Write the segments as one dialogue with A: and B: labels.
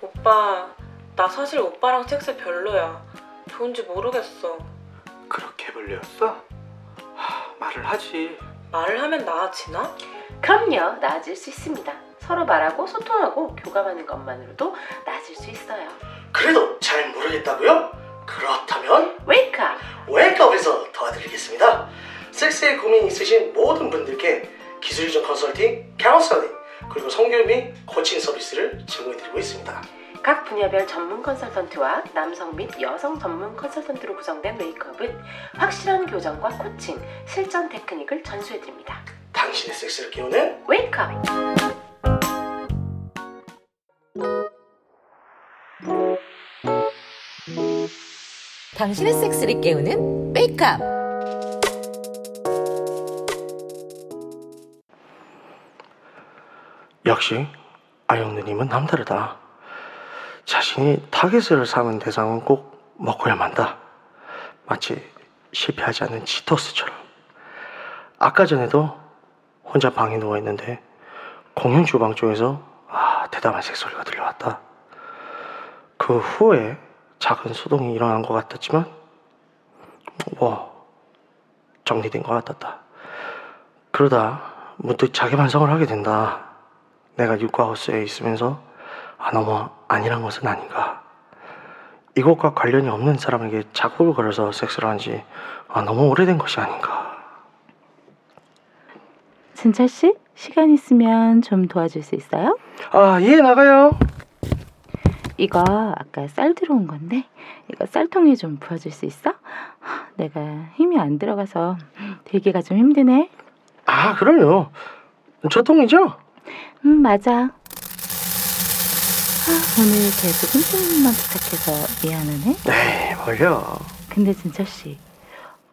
A: 오빠, 나 사실 오빠랑 섹스 별로야. 좋은지 모르겠어.
B: 그렇게 별로였어? 하, 말을 하지.
A: 말을 하면 나아지나?
C: 그럼요, 나아질 수 있습니다. 서로 말하고 소통하고 교감하는 것만으로도 나아질 수 있어요.
D: 그래도 잘 모르겠다고요? 그렇다면
C: 웨이크업!
D: 웨이크업에서 도와드리겠습니다. 섹스에 고민 있으신 모든 분들께 기술이전 컨설팅, 카운슬링, 그리고 성교육 및 코칭 서비스를 제공해드리고 있습니다.
C: 각 분야별 전문 컨설턴트와 남성 및 여성 전문 컨설턴트로 구성된 웨이크업은 확실한 교정과 코칭, 실전 테크닉을 전수해드립니다.
D: 당신의 섹스를 깨우는
C: 웨이크업!
E: 당신의 섹스를 깨우는 메이크업.
D: 역시 아영 누님은 남다르다. 자신이 타겟을 삼은 대상은 꼭 먹어야만 다 마치 실패하지 않는 치토스처럼. 아까 전에도 혼자 방에 누워 있는데 공용 주방 쪽에서 아, 대담한 색소리가 들려왔다. 그 후에 작은 소동이 일어난 것 같았지만 와 정리된 것 같았다. 그러다 문득 자기 반성을 하게 된다. 내가 육과호스에 있으면서 아 너무 아니란 것은 아닌가. 이것과 관련이 없는 사람에게 자국을 걸어서 섹스를 한지 아 너무 오래된 것이 아닌가.
F: 진철 씨, 시간 있으면 좀 도와줄 수 있어요?
D: 아 예 나가요.
F: 이거 아까 쌀 들어온 건데 이거 쌀통에 좀 부어줄 수 있어? 내가 힘이 안 들어가서 되기가 좀 힘드네.
D: 아 그럼요. 저 통이죠?
F: 음 맞아. 아, 오늘 계속 힘든만 부탁해서 미안하네.
D: 네 뭘요.
F: 근데 진철 씨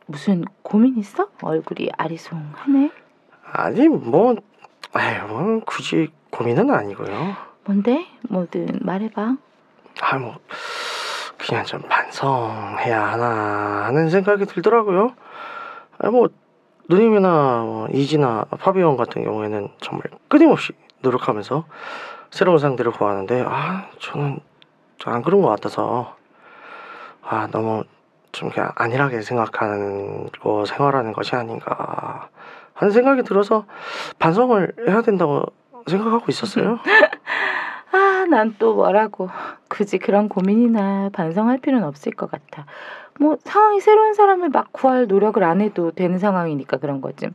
F: 무슨 고민 있어? 얼굴이 아리송하네.
D: 아니 뭐 에휴 뭐 굳이 고민은 아니고요.
F: 뭔데? 뭐든 말해봐.
D: 아 뭐 그냥 좀 반성해야 하나 하는 생각이 들더라고요. 아뭐 누님이나 뭐 이지나 파비온 같은 경우에는 정말 끊임없이 노력하면서 새로운 상대를 구하는데 아 저는 좀안 그런 것 같아서 아 너무 좀 그냥 안일하게 생각하는 거 생활하는 것이 아닌가 하는 생각이 들어서 반성을 해야 된다고 생각하고 있었어요.
F: 아, 난 또 뭐라고. 굳이 그런 고민이나 반성할 필요는 없을 것 같아. 뭐, 상황이 새로운 사람을 막 구할 노력을 안 해도 되는 상황이니까 그런 거지.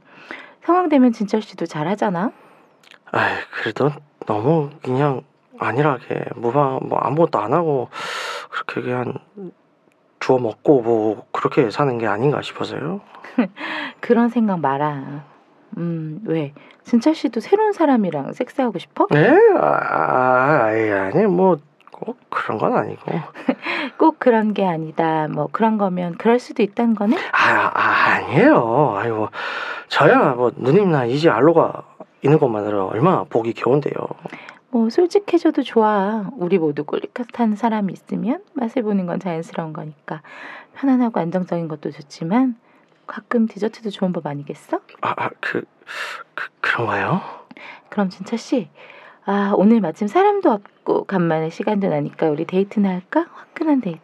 F: 상황 되면 진철 씨도 잘하잖아?
D: 아이, 그래도 너무 그냥 안일하게 무방 뭐 아무것도 안 하고 그렇게 그냥 주워 먹고 뭐 그렇게 사는 게 아닌가 싶어서요.
F: 그런 생각 마라. 음, 왜? 진철 씨도 새로운 사람이랑 섹스하고 싶어?
D: 네, 아, 아, 아이, 아니 뭐 꼭 그런 건 아니고.
F: 꼭 그런 게 아니다. 뭐, 그런 거면 그럴 수도 있다는 거네?
D: 아, 아 아니에요. 아이고 저야 뭐 누님이나 이지 알로가 있는 것만으로 얼마나 보기 겨운데요.
F: 뭐, 솔직해져도 좋아. 우리 모두 꼴리카탄 사람이 있으면 맛을 보는 건 자연스러운 거니까. 편안하고 안정적인 것도 좋지만, 가끔 디저트도 좋은 법 아니겠어?
D: 아, 아, 그, 그 그런가요?
F: 그럼 진철 씨, 아 오늘 마침 사람도 없고 간만에 시간도 나니까 우리 데이트나 할까? 화끈한 데이트.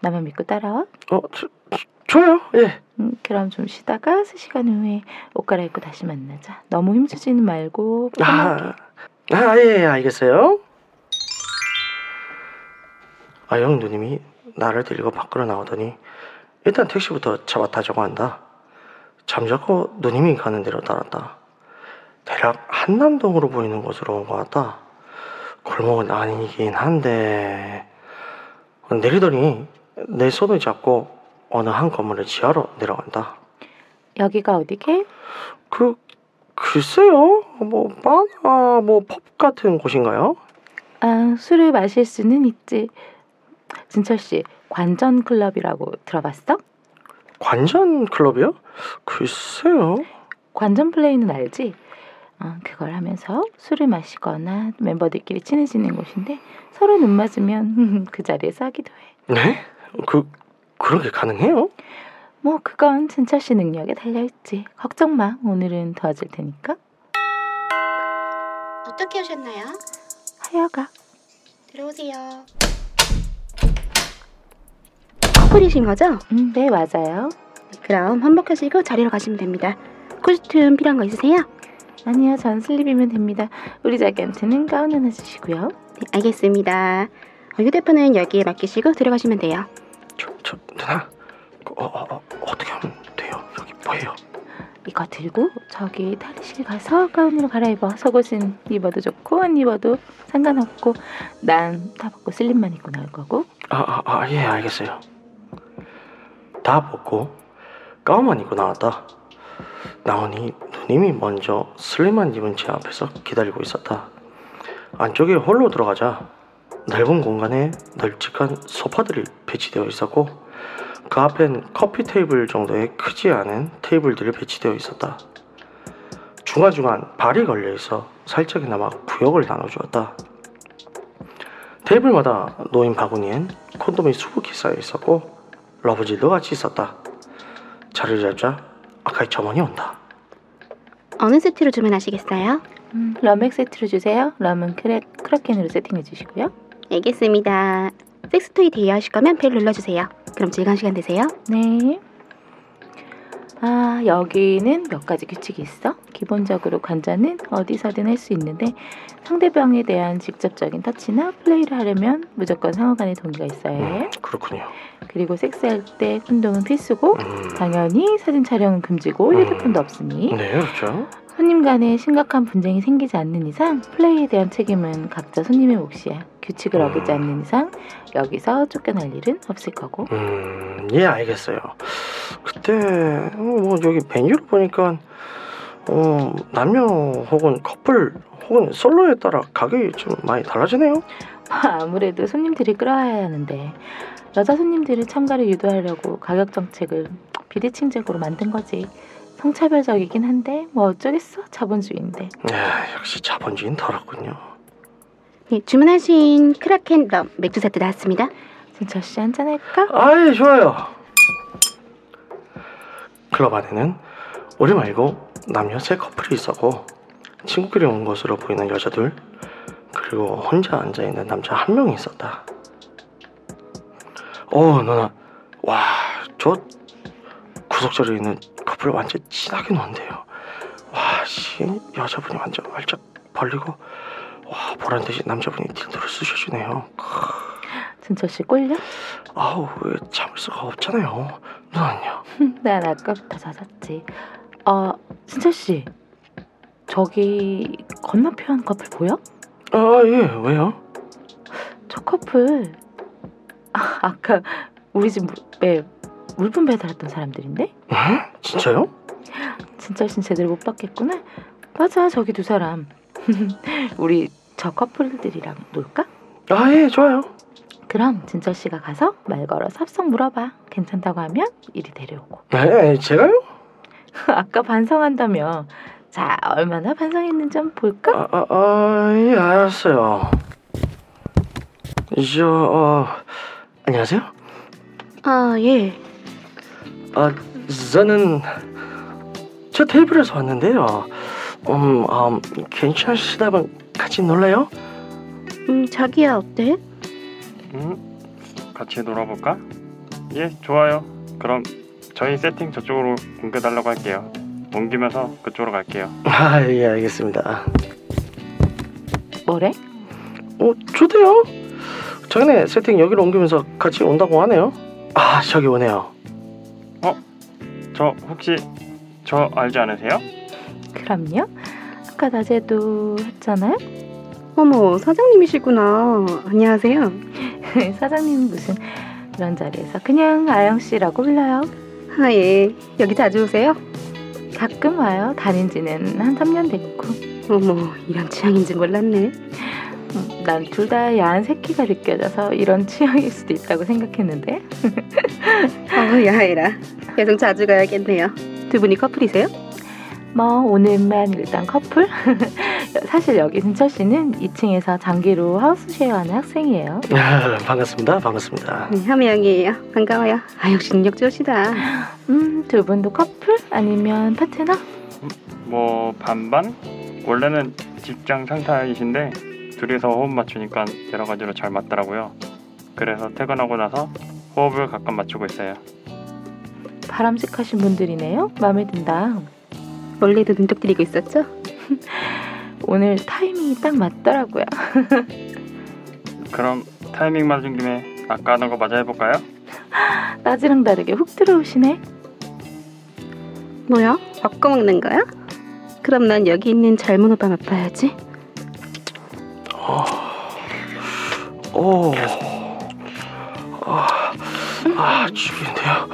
F: 나만 믿고 따라와.
D: 어, 저, 저, 저요? 예.
F: 음, 그럼 좀 쉬다가 3 시간 후에 옷 갈아입고 다시 만나자. 너무 힘주지는 말고. 편하게.
D: 아, 아, 예, 예, 알겠어요. 아영 누님이 나를 데리고 밖으로 나오더니 일단 택시부터 잡아 타자고 한다. 잠자코 누님이 가는 대로 따랐다. 대략 한남동으로 보이는 곳으로 온 것 같다. 골목은 아니긴 한데 내리더니 내 손을 잡고 어느 한 건물의 지하로 내려간다.
F: 여기가 어디게?
D: 그 글쎄요 뭐 바나 뭐 펍 같은 곳인가요?
F: 아 술을 마실 수는 있지. 진철 씨 관전 클럽이라고 들어봤어?
D: 관전 클럽이요? 글쎄요
F: 관전 플레이는 알지? 어, 그걸 하면서 술을 마시거나 멤버들끼리 친해지는 곳인데 서로 눈 맞으면 그 자리에서 하기도 해.
D: 네? 그 그런 게 가능해요?
F: 뭐 그건 진철 씨 능력에 달려있지. 걱정 마. 오늘은 도와줄 테니까.
G: 어떻게 오셨나요?
F: 하여가.
G: 들어오세요. 커플이신 거죠?
F: 음, 네, 맞아요.
G: 그럼 환복하시고 자리로 가시면 됩니다. 코스튬 필요한 거 있으세요?
F: 아니요, 전 슬립이면 됩니다. 우리 자기한테는 가운 하나 주시고요.
G: 네, 알겠습니다. 어, 휴대폰은 여기에 맡기시고 들어가시면 돼요.
D: 저, 저 누나 그, 어, 어, 어, 어떻게 하면 돼요? 여기 뭐예요?
F: 이거 들고 저기 탈의실 가서 가운으로 갈아입어. 속옷은 입어도 좋고 안 입어도 상관없고 난 타벗고 슬립만 입고 나올 거고.
D: 아아예 알겠어요. 다 벗고 가운만 입고 나왔다. 나오니 누님이 먼저 슬림한 입은 제 앞에서 기다리고 있었다. 안쪽에 홀로 들어가자 넓은 공간에 널찍한 소파들이 배치되어 있었고 그 앞엔 커피 테이블 정도의 크지 않은 테이블들이 배치되어 있었다. 중간중간 발이 걸려 있어 살짝이나마 구역을 나눠주었다. 테이블마다 놓인 바구니엔 콘돔이 수북히 쌓여 있었고 러브질도 같이 있었다. 자리를 잡자 아카이 점원이 온다.
G: 어느 세트로 주문하시겠어요?
F: 음, 럼액 세트로 주세요. 럼은 크레, 크라켄으로 세팅해 주시고요.
G: 알겠습니다. 섹스토이 대여하실 거면 벨 눌러주세요. 그럼 즐거운 시간 되세요.
F: 네. 아, 여기는 몇 가지 규칙이 있어. 기본적으로 관자는 어디서든 할 수 있는데 상대방에 대한 직접적인 터치나 플레이를 하려면 무조건 상호간의 동의가 있어야 해.
D: 음, 그렇군요.
F: 그리고 섹스할 때 콘돔은 필수고
D: 음,
F: 당연히 사진 촬영은 금지고
D: 음.
F: 휴대폰도 없으니
D: 네 그렇죠.
F: 손님 간에 심각한 분쟁이 생기지 않는 이상 플레이에 대한 책임은 각자 손님의 몫이야. 규칙을
D: 음.
F: 어기지 않는 이상 여기서 쫓겨날 일은 없을 거고.
D: 음예 알겠어요. 그때 어, 뭐 여기 메뉴를 보니까 어, 남녀 혹은 커플 혹은 솔로에 따라 가격이 좀 많이 달라지네요.
F: 아무래도 손님들이 끌어와야 하는데 여자 손님들을 참가를 유도하려고 가격 정책을 비대칭적으로 만든 거지. 성차별적이긴 한데 뭐 어쩌겠어 자본주의인데.
D: 야, 네, 역시 자본주의는 더럽군요.
G: 네, 주문하신 크라켄 럼 맥주 세트 나왔습니다.
F: 진철 씨 한잔 할까?
D: 아이 좋아요. 클럽 안에는 우리 말고 남녀 세 커플이 있었고 친구끼리 온 것으로 보이는 여자 둘 그리고 혼자 앉아 있는 남자 한 명이 있었다. 어 누나 와 저 구석자리에 있는 커플 완전 친하게 논대요. 와씨 여자분이 완전 활짝 벌리고 와 보란 듯이 남자분이 딜도를 쑤셔주네요.
F: 진철 씨 꼴려?
D: 아우 왜 참을 수가 없잖아요 누나는요
F: 난 아까부터 잦았지. 아 진철 씨 저기 건너편 커플 보여?
D: 아 예 왜요?
F: 저 커플 아, 아까 우리 집 물- 물품 배달했던 사람들인데?
D: 응? 예? 진짜요?
F: 진짜 신 제대로 못 봤겠구나. 맞아 저기 두 사람. 우리 저 커플들이랑 놀까?
D: 아 예 좋아요
F: 그럼 진철 씨가 가서 말 걸어 삽성 물어봐. 괜찮다고 하면 이리 데려오고.
D: 에 네, 제가요?
F: 아까 반성한다며. 자 얼마나 반성했는지 한번 볼까?
D: 아 아 아, 예, 알았어요 저 어, 안녕하세요
G: 아 예.
D: 아 저는 저 테이블에서 왔는데요 음, 음 괜찮으시다면 같이 놀래요?
G: 음 자기야 어때?
H: 음, 같이 놀아볼까? 예, 좋아요. 그럼 저희 세팅 저쪽으로 옮겨달라고 할게요. 옮기면서 그쪽으로 갈게요.
D: 아 예 알겠습니다
F: 뭐래?
D: 어, 좋대요. 자기네 세팅 여기로 옮기면서 같이 온다고 하네요. 아, 저기 오네요.
H: 저 혹시 저 알지 않으세요?
F: 그럼요. 아까 낮에도 했잖아요.
G: 어머 사장님이시구나. 안녕하세요.
F: 사장님 무슨 이런 자리에서 그냥 아영 씨라고 불러요.
G: 아 예. 여기 자주 오세요?
F: 가끔 와요. 다닌 지는 한 3년 됐고.
G: 어머 이런 취향인지 몰랐네.
F: 난 둘 다 야한 새끼가 느껴져서 이런 취향일 수도 있다고 생각했는데
G: 어우 아, 야해라. 계속 자주 가야겠네요. 두 분이 커플이세요?
F: 뭐 오늘만 일단 커플 사실 여기 진철 씨는 2층에서 장기로 하우스쉐어하는 학생이에요
D: 아, 반갑습니다. 반갑습니다.
G: 네 함양이에요. 반가워요. 아 역시 능력 좋으시다.
F: 음 두 분도 커플 아니면 파트너
H: 뭐 반반? 원래는 직장 상사이신데 둘이서 호흡 맞추니까 여러 가지로 잘 맞더라고요. 그래서 퇴근하고 나서 호흡을 가끔 맞추고 있어요.
F: 바람직하신 분들이네요. 마음에 든다.
G: 원래도 눈독 들이고 있었죠?
F: 오늘 타이밍이 딱 맞더라고요.
H: 그럼 타이밍 맞은 김에 아까 하던 거 마저 해볼까요?
F: 낮이랑 다르게 훅 들어오시네.
G: 뭐야? 바꿔 먹는 거야? 그럼 난 여기 있는 젊은 오빠 맛봐야지.
D: 오. 아, 아 죽인데요.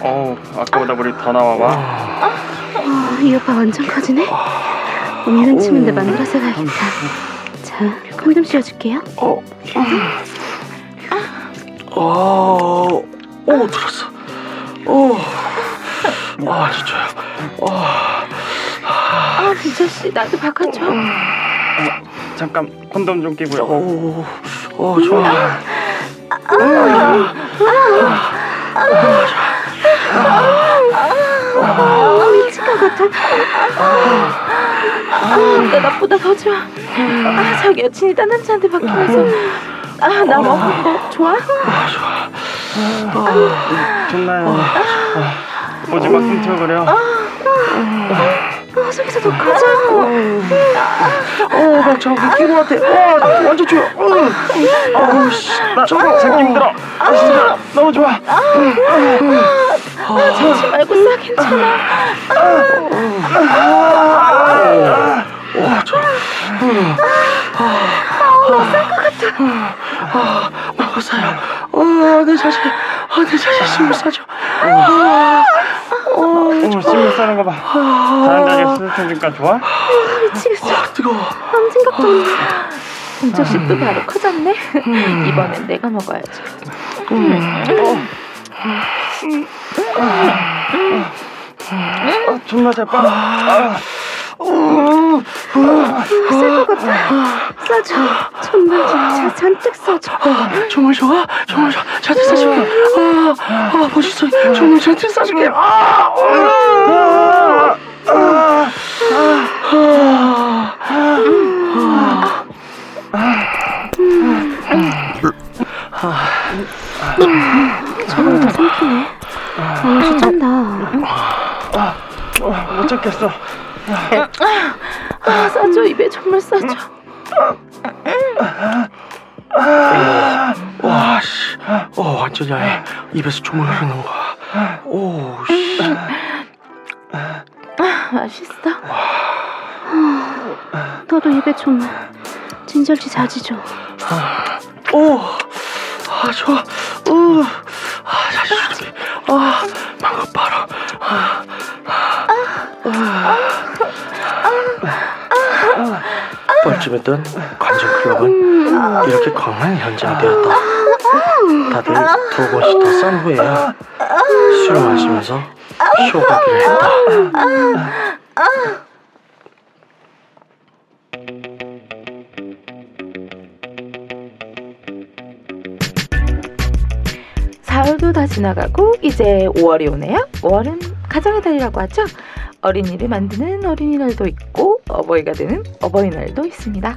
H: 어우 아까보다 물이 더 나와 봐.
G: 어, 이 오빠 완전 커지네. 오늘은 치는데 만들어서 가야겠다. 자, 콘돔 씌워줄게요.
D: 어. 어. 오 들었어. 오. 아 진짜요.
F: 아, 비철 씨, 나도 바꿔줘.
H: 잠깐 콘돔 좀 끼고요. 어,
D: 오. 오 좋아.
G: 아,
F: 나 나보다 더 좋아. 아, 자기 여친이 딴 남자한테 바뀌면서. 아, 나
G: 뭐,
F: 먹은 거 좋아?
H: 좋나요? 오지 막 숨틀거려.
G: 어, 속에서 더 커져.
D: 어나 저거 끼고 같아. 와 완전 좋아. 응. 아우 씨.
H: 나 저거 자기 힘들어. 아, 진짜 너무 좋아.
F: 그러지 말고 싸 괜찮아.
D: 와 좋아. 아우 쌀것 같아. 아 먹었어요. 어내 자신. 아내 자신 숨을 싸줘.
H: 어머 심을 싸는 거 봐. 다른 자리에 쓰러지니까 좋아?
D: 아 뜨거워.
F: 공철 씨도 바로 커졌네. 이번엔 내가 먹어야지.
H: 어, 존나 잘 빨아. 아,
G: 쓸것 같아. 써줘. 정말 자, 잔뜩 써줘.
D: 아, 정말 좋아? 정말 좋아? 잔뜩 싸줄게. 아, 아, 멋있어. 정말 잔뜩 싸줄게. 아, 음. 아,
G: 정말 더 삼키네. 아, 진짜 짠다.
H: 못 참겠어.
F: 아, 싸줘. 입에 정말 싸줘.
D: 아. 와, 씨. 어, 완전 야해. 입에서 주물 흐르는 거야. 오, 씨.
F: 맛있어?
G: 너도 입에 좀 진절지 자지죠.
D: 오, 아, 좋아. 우, 아, 다시 줄게. 아, 방금 봐라. 아, 뻘쭘했던 관전 클럽은 이렇게 광활 현장이 되었다. 다들 두 번씩 더 싼 후에야 술을 마시면서 쇼가기를 했다.
F: 사월도다 지나가고 이제 5월이 오네요. 5월은 가정의 달이라고 하죠. 어린이를 만드는 어린이날도 있고 어버이가 되는 어버이날도 있습니다.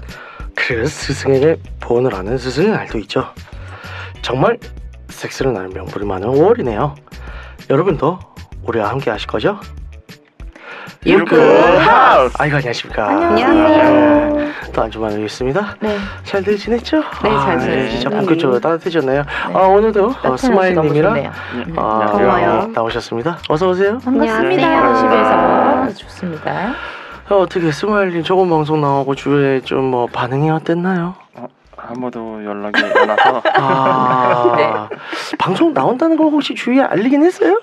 D: 그래서 스승에게 보온을 하는 스승의 날도 있죠. 정말 섹스를 나는 명분이 많은 5월이네요. 여러분도 우리와 함께 하실 거죠?
H: 하우스.
D: 아이고 안녕하십니까. 네.
F: 안녕하세요.
D: 또한 주만 여기 있습니다.
F: 네,
D: 잘들 지냈죠?
F: 네, 잘
D: 아,
F: 지냈어요.
D: 진짜
F: 네.
D: 본격적으로 따뜻해졌네요.
F: 네.
D: 아, 오늘도 어,
F: 따뜻한 날씨 너무
D: 스마일님이랑
F: 좋네요.
D: 아,
G: 고마워요.
D: 나오셨습니다. 어서 오세요.
F: 반갑습니다.
G: 안녕하세요.
F: 집에서 네. 아주 좋습니다.
D: 어, 어떻게 스마일님 저번 방송 나오고 주에 좀 뭐 반응이 어땠나요?
H: 아무도 연락이 안 와서
D: 아, 방송 나온다는 걸 혹시 주위에 알리긴 했어요?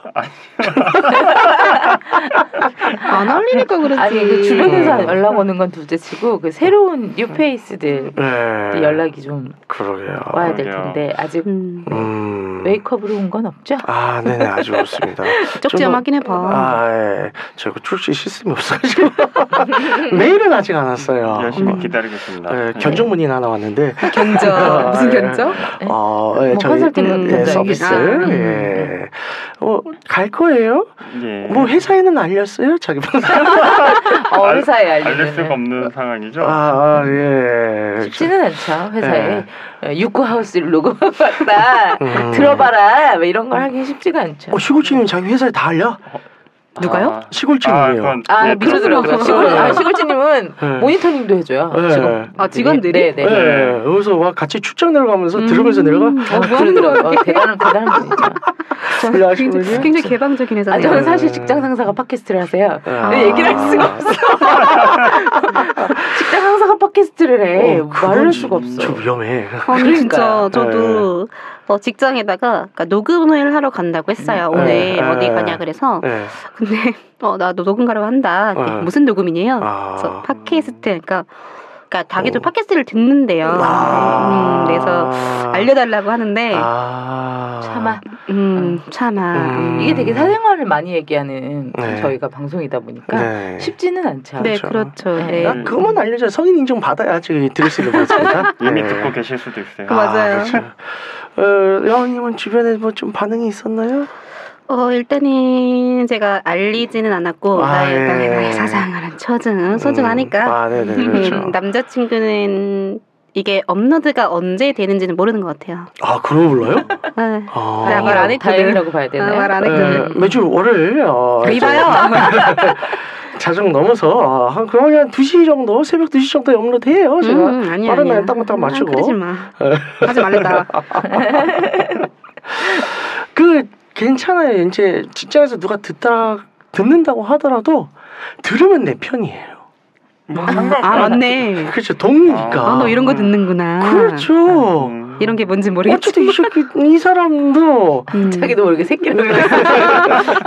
G: 안 어울리니까 그러지.
F: 아니 그 주변에서
D: 음.
F: 연락 오는 건 둘째치고 그 새로운 뉴페이스들
D: 네. 아,
F: 연락이 좀
D: 그러게요.
F: 와야 될
H: 그러게요.
F: 텐데 아직
G: 음.
D: 음.
F: 메이크업으로 온 건 없죠?
D: 아, 네네, 아주 좋습니다.
G: 쪽지
D: 좀 더-
G: 한번 확인해봐.
D: 아, 예. 저희가 출시 시스템이 없어가지고. 메일은 아직 안 왔어요.
H: 열심히 네.
G: 음.
H: 기다리겠습니다.
D: 예, 견적 문이 하나 왔는데,
G: 견적.
D: 무슨 견적? 어, 예,
F: 뭐
D: 저희
F: 컨설팅
G: 음,
D: 예,
F: 견적이나.
D: 서비스,
F: 음.
D: 예. 어 갈 거예요?
H: 예.
D: 뭐 회사에는 알렸어요? 자기 방
F: 어,
H: 알-
F: 회사에
H: 알릴
F: 알리는.
H: 수가 없는 상황이죠.
D: 아, 아, 예.
F: 쉽지는 않죠. 회사에
D: 예.
F: 어, 육구하우스를 녹음해봤다.
D: 음.
F: 들어봐라. 뭐 이런 걸 하기 쉽지가 않죠.
D: 어, 시골집님 자기 회사에 다 알려?
F: 누가요?
H: 아,
D: 시골집이에요.
H: 그건
F: 아,
H: 예,
F: 미소들어.
H: 들었어요,
F: 시골,
H: 들었어요.
F: 아, 시골지님은
D: 예.
F: 모니터링도 해줘요.
D: 예.
F: 직원.
I: 아,
F: 네,
I: 직원들이?
F: 네.
D: 예, 예. 여기서 와 같이 출장 내려가면서
I: 음.
D: 들으면서 내려가?
F: 어, 뭐 하는 거야? 어, 대단한, 대단한 분이죠.
D: 우리 아시는
I: 굉장히,
D: 분이에요?
I: 굉장히 개방적인
F: 아,
I: 회사네요.
F: 저는 사실 직장 상사가 팟캐스트를 하세요.
D: 아.
F: 근데 얘기를 할 수가 없어. 직장 상사가 팟캐스트를 해.
D: 어, 그건
F: 말을 할 수가 없어.
D: 좀 위험해.
I: 아니 진짜
F: 그러니까요.
D: 예,
I: 저도 어, 직장에다가 그러니까 녹음을 하러 간다고 했어요
D: 네.
I: 오늘
D: 네.
I: 어디
D: 네.
I: 가냐 그래서
D: 예.
I: 근데 어 나 녹음 가러 한다
D: 네.
I: 무슨 녹음이냐 요
D: 아.
I: 그래서 팟캐스트 그러니까 그러니까 자기도
D: 어.
I: 팟캐스트를 듣는데요
D: 아.
I: 음, 그래서 알려달라고 네. 하는데
D: 아.
F: 참아.
I: 음 차마
D: 음.
I: 음.
F: 이게 되게 사생활을 많이 얘기하는
D: 네.
F: 저희가 방송이다 보니까
I: 그러니까
D: 네.
F: 쉽지는 않죠.
I: 네
D: 그렇죠.
I: 그렇죠
F: 네.
I: 네.
D: 나 그것만 알려줘. 성인 인증 받아야지 들을 수 있는 거니까.
H: 이미
D: 예.
H: 듣고 계실 수도 있어요.
I: 그 맞아요.
D: 그렇죠. 어, 여왕님은 주변에 뭐 좀 반응이 있었나요?
I: 어 일단은 제가 알리지는 않았고
D: 아,
I: 나의 일단
D: 예.
I: 나의 사상은 처증 소중하니까
D: 음. 아, 네네 그렇죠.
I: 음, 남자친구는 이게 업로드가 언제 되는지는 모르는 것 같아요.
D: 아 그러고 불러요?
I: 네.
D: 아.
I: 나 말안
F: 다행이라고-
I: 했거든.
F: 다행이라고 봐야 되나요?
I: 아, 말안
D: 예,
I: 했거든.
D: 매주 월요일 어,
I: 이봐요. 음,
D: 이제 자정 넘어서 어, 한 거의 한 2시 정도 새벽 2시 정도에 업로드해요 제가
I: 음, 아니야,
D: 빠른
I: 아니야.
D: 날 딱딱딱
I: 아,
D: 맞추고.
I: 그러지 마. 하지 말랬다.
D: 그 괜찮아요 이제 직장에서 누가 듣다 듣는다고 하더라도 들으면 내 편이에요
H: 뭐
I: 아 맞네.
D: 그렇죠 동료니까
I: 아 너 이런 거 듣는구나.
D: 그렇죠
H: 음.
I: 이런 게 뭔지 모르겠지.
D: 어쨌든 뭐 이 새끼 이 사람도
I: 음.
F: 자기도 모르게 새끼를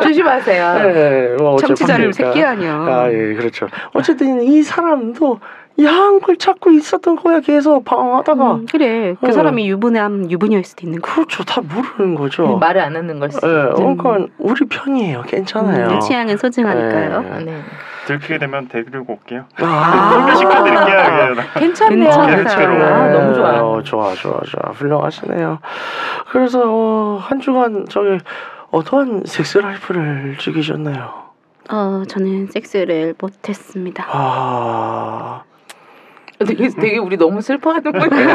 F: 조심하세요.
D: 예, 뭐 어차피
I: 아, 청취자를
D: 그러니까.
I: 새끼 아니야. 어.
D: 아, 예, 그렇죠. 어쨌든 이 사람도 야한 걸 찾고 있었던 거야, 계속 방황하다가.
I: 음, 그래. 그
D: 어.
I: 사람이 유부남 유부녀일 수도 있는 거.
D: 그렇죠. 다 모르는 거죠.
F: 네, 말을 안 하는 걸
D: 예,
F: 수도 있죠.
D: 그러니까 우리 편이에요. 괜찮아요.
I: 음, 취향은 소중하니까요.
D: 예.
F: 네.
H: 들키게 되면 데리고 올게요.
D: 아,
H: 소개시켜드릴게요. 예.
F: 괜찮네요.
I: 괜찮아요.
F: 아, 너무 좋아요.
D: 어, 좋아, 좋아, 좋아. 훌륭하시네요. 그래서, 어, 한 주간 저기, 어떠한 섹스 라이프를 즐기셨나요?
I: 어 저는 섹스를 못했습니다.
D: 아,
F: 되게, 되게 우리 너무 슬퍼하는 거예요.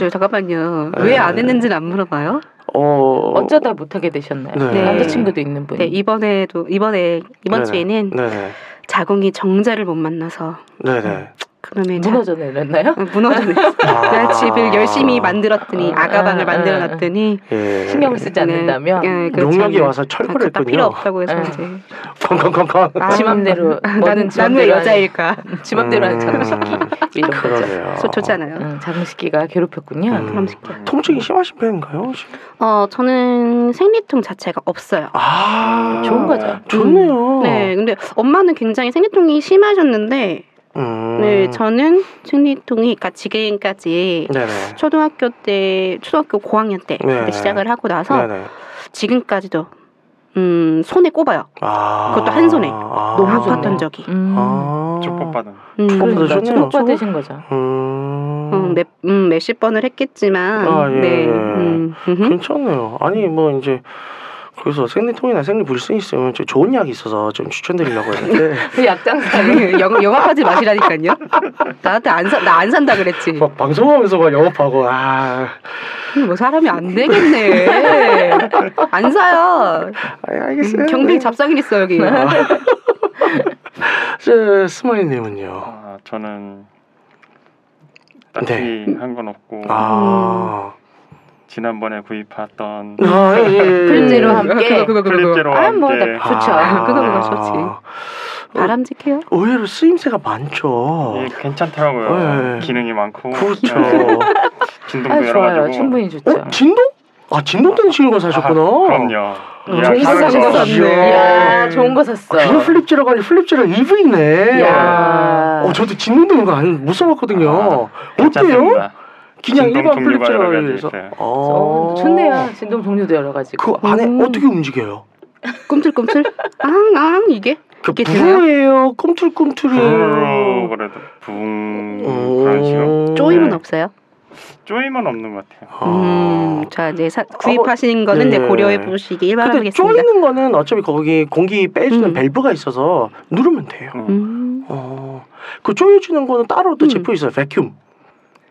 I: 저 잠깐만요.
D: 네.
I: 왜 안 했는지는 안 물어봐요.
D: 어.
F: 어쩌다 못하게 되셨나요?
D: 네.
F: 남자친구도 있는 분.
I: 네 이번에도 이번에 이번
D: 네네.
I: 주에는
D: 네네.
I: 자궁이 정자를 못 만나서
D: 네네.
I: 그놈의 자-
F: 무너져 내렸나요?
I: 어, 무너졌네. 내가
D: 아.
I: 집을 열심히 만들었더니
F: 아, 아,
I: 아가방을
F: 아,
I: 만들어놨더니
D: 예.
F: 신경을 쓰지 않는다면
I: 네, 그렇죠.
D: 용역이 와서 철거를
I: 갖다
D: 했군요.
I: 필요 없다고 해서
F: 네.
I: 이제
D: 콩콩콩콩.
I: 아,
F: 지 맘대로 뭐든
I: 나는
F: 지
I: 나는 왜
F: 맘대로
I: 여자일까?
F: 지 맘대로 하는 자궁식기 이런 거죠.
D: 그러네요.
I: 저 좋잖아요.
F: 응, 자궁식기가 괴롭혔군요.
D: 음.
I: 그럼 새끼야.
D: 통증이 심하신 편인가요? 혹시?
I: 어 저는 생리통 자체가 없어요.
D: 아
F: 좋은 거죠. 어.
D: 좋네요.
I: 네, 근데 엄마는 굉장히 생리통이 심하셨는데,
D: 음.
I: 네, 저는 생리통이 그러니까 지금까지
D: 네네.
I: 초등학교 때, 초등학교 고학년 때
D: 네.
I: 그때 시작을 하고 나서
D: 네네.
I: 지금까지도 음 손에 꼽아요.
D: 아
I: 그것도 한 손에.
D: 아.
F: 너무
I: 아팠던
F: 좋네요.
I: 적이.
F: 음.
D: 아.
H: 축복받은.
I: 음,
D: 그러니까.
F: 그러니까
D: 좋네요.
F: 축복 받으신 거죠.
D: 음.
I: 음, 몇, 음, 몇십 번을 했겠지만,
D: 아, 예,
I: 네,
D: 예.
I: 음, 음흠.
D: 괜찮네요. 아니 뭐 이제 그래서 생리통이나 생리 불순 있으면 저 좋은 약이 있어서 좀 추천드리려고 했는데
F: 그 약장사
I: 아니, 영, 영업하지 마시라니까요. 나한테 안나안 산다 그랬지.
D: 막 방송하면서 막 영업하고 아
I: 음, 뭐 사람이 안 되겠네. 안 사요. 음,
D: 아니, 알겠어요.
I: 경비 잡상일 있어 여기.
D: 아,
I: 음,
D: 저 스마일님은요.
H: 아, 저는 딱히
D: 네.
H: 한 건 없고
D: 아.
H: 지난번에 구입했던
I: 음.
D: 아, 예, 예, 예.
F: 글제로 함께
I: 그거 그거 그거 그거.
H: 클립제로
F: 아, 뭐
H: 함께
F: 다- 그쵸.
I: 그거 그거 좋지. 바람직해요.
D: 의외로 쓰임새가 많죠.
H: 예, 괜찮더라고요.
D: 어. 예.
H: 기능이 많고
D: 그렇죠.
H: 예,
F: 아,
H: 진동도 여러
F: 좋아요.
H: 가지고.
F: 충분히 좋죠.
D: 어, 진동? 아, 진동 때문에 신걸 사셨구나.
H: 네. 아,
D: 아,
H: 그럼요.
F: 음,
H: 야,
F: 좋은 거
H: 다른
F: 사신
H: 거.
F: 거
D: 이야. 아,
F: 샀네. 야, 좋은 거 샀어.
D: 그게
H: 네.
D: 플립지라고 하니 플립지가 EV네.
F: 야.
D: 어, 저도 진동 되는 거 안, 못 써봤거든요. 어때요?
H: 아, 괜찮습니다.
D: 그냥
H: 진동
D: 일반
H: 종류가 여러
D: 플립지라고
H: 가지
D: 해서. 아.
H: 있어요.
F: 어, 좋네요. 진동 종류도 여러
D: 그
F: 가지고.
D: 안에
I: 음.
D: 어떻게 움직여요?
I: 꿈틀꿈틀. 앙앙 이게.
D: 그
I: 이게
D: 부러예요? 음. 꿈틀꿈틀이에요?
H: 부르르 그래도 붕
D: 음.
H: 그런 식으로
D: 네.
I: 쪼임은 없어요.
H: 쪼임은 없는 것 같아요.
D: 어.
I: 음, 자 이제 사- 구입하신 거는
D: 네.
I: 이제 고려해 보시길
D: 근데
I: 바라겠습니다.
D: 쫄리는 거는 어차피 거기 공기 빼주는
I: 음.
D: 밸브가 있어서 누르면 돼요.
I: 음,
D: 어, 그 조여주는 거는 따로 또
I: 음.
D: 제품 있어요. 베큐.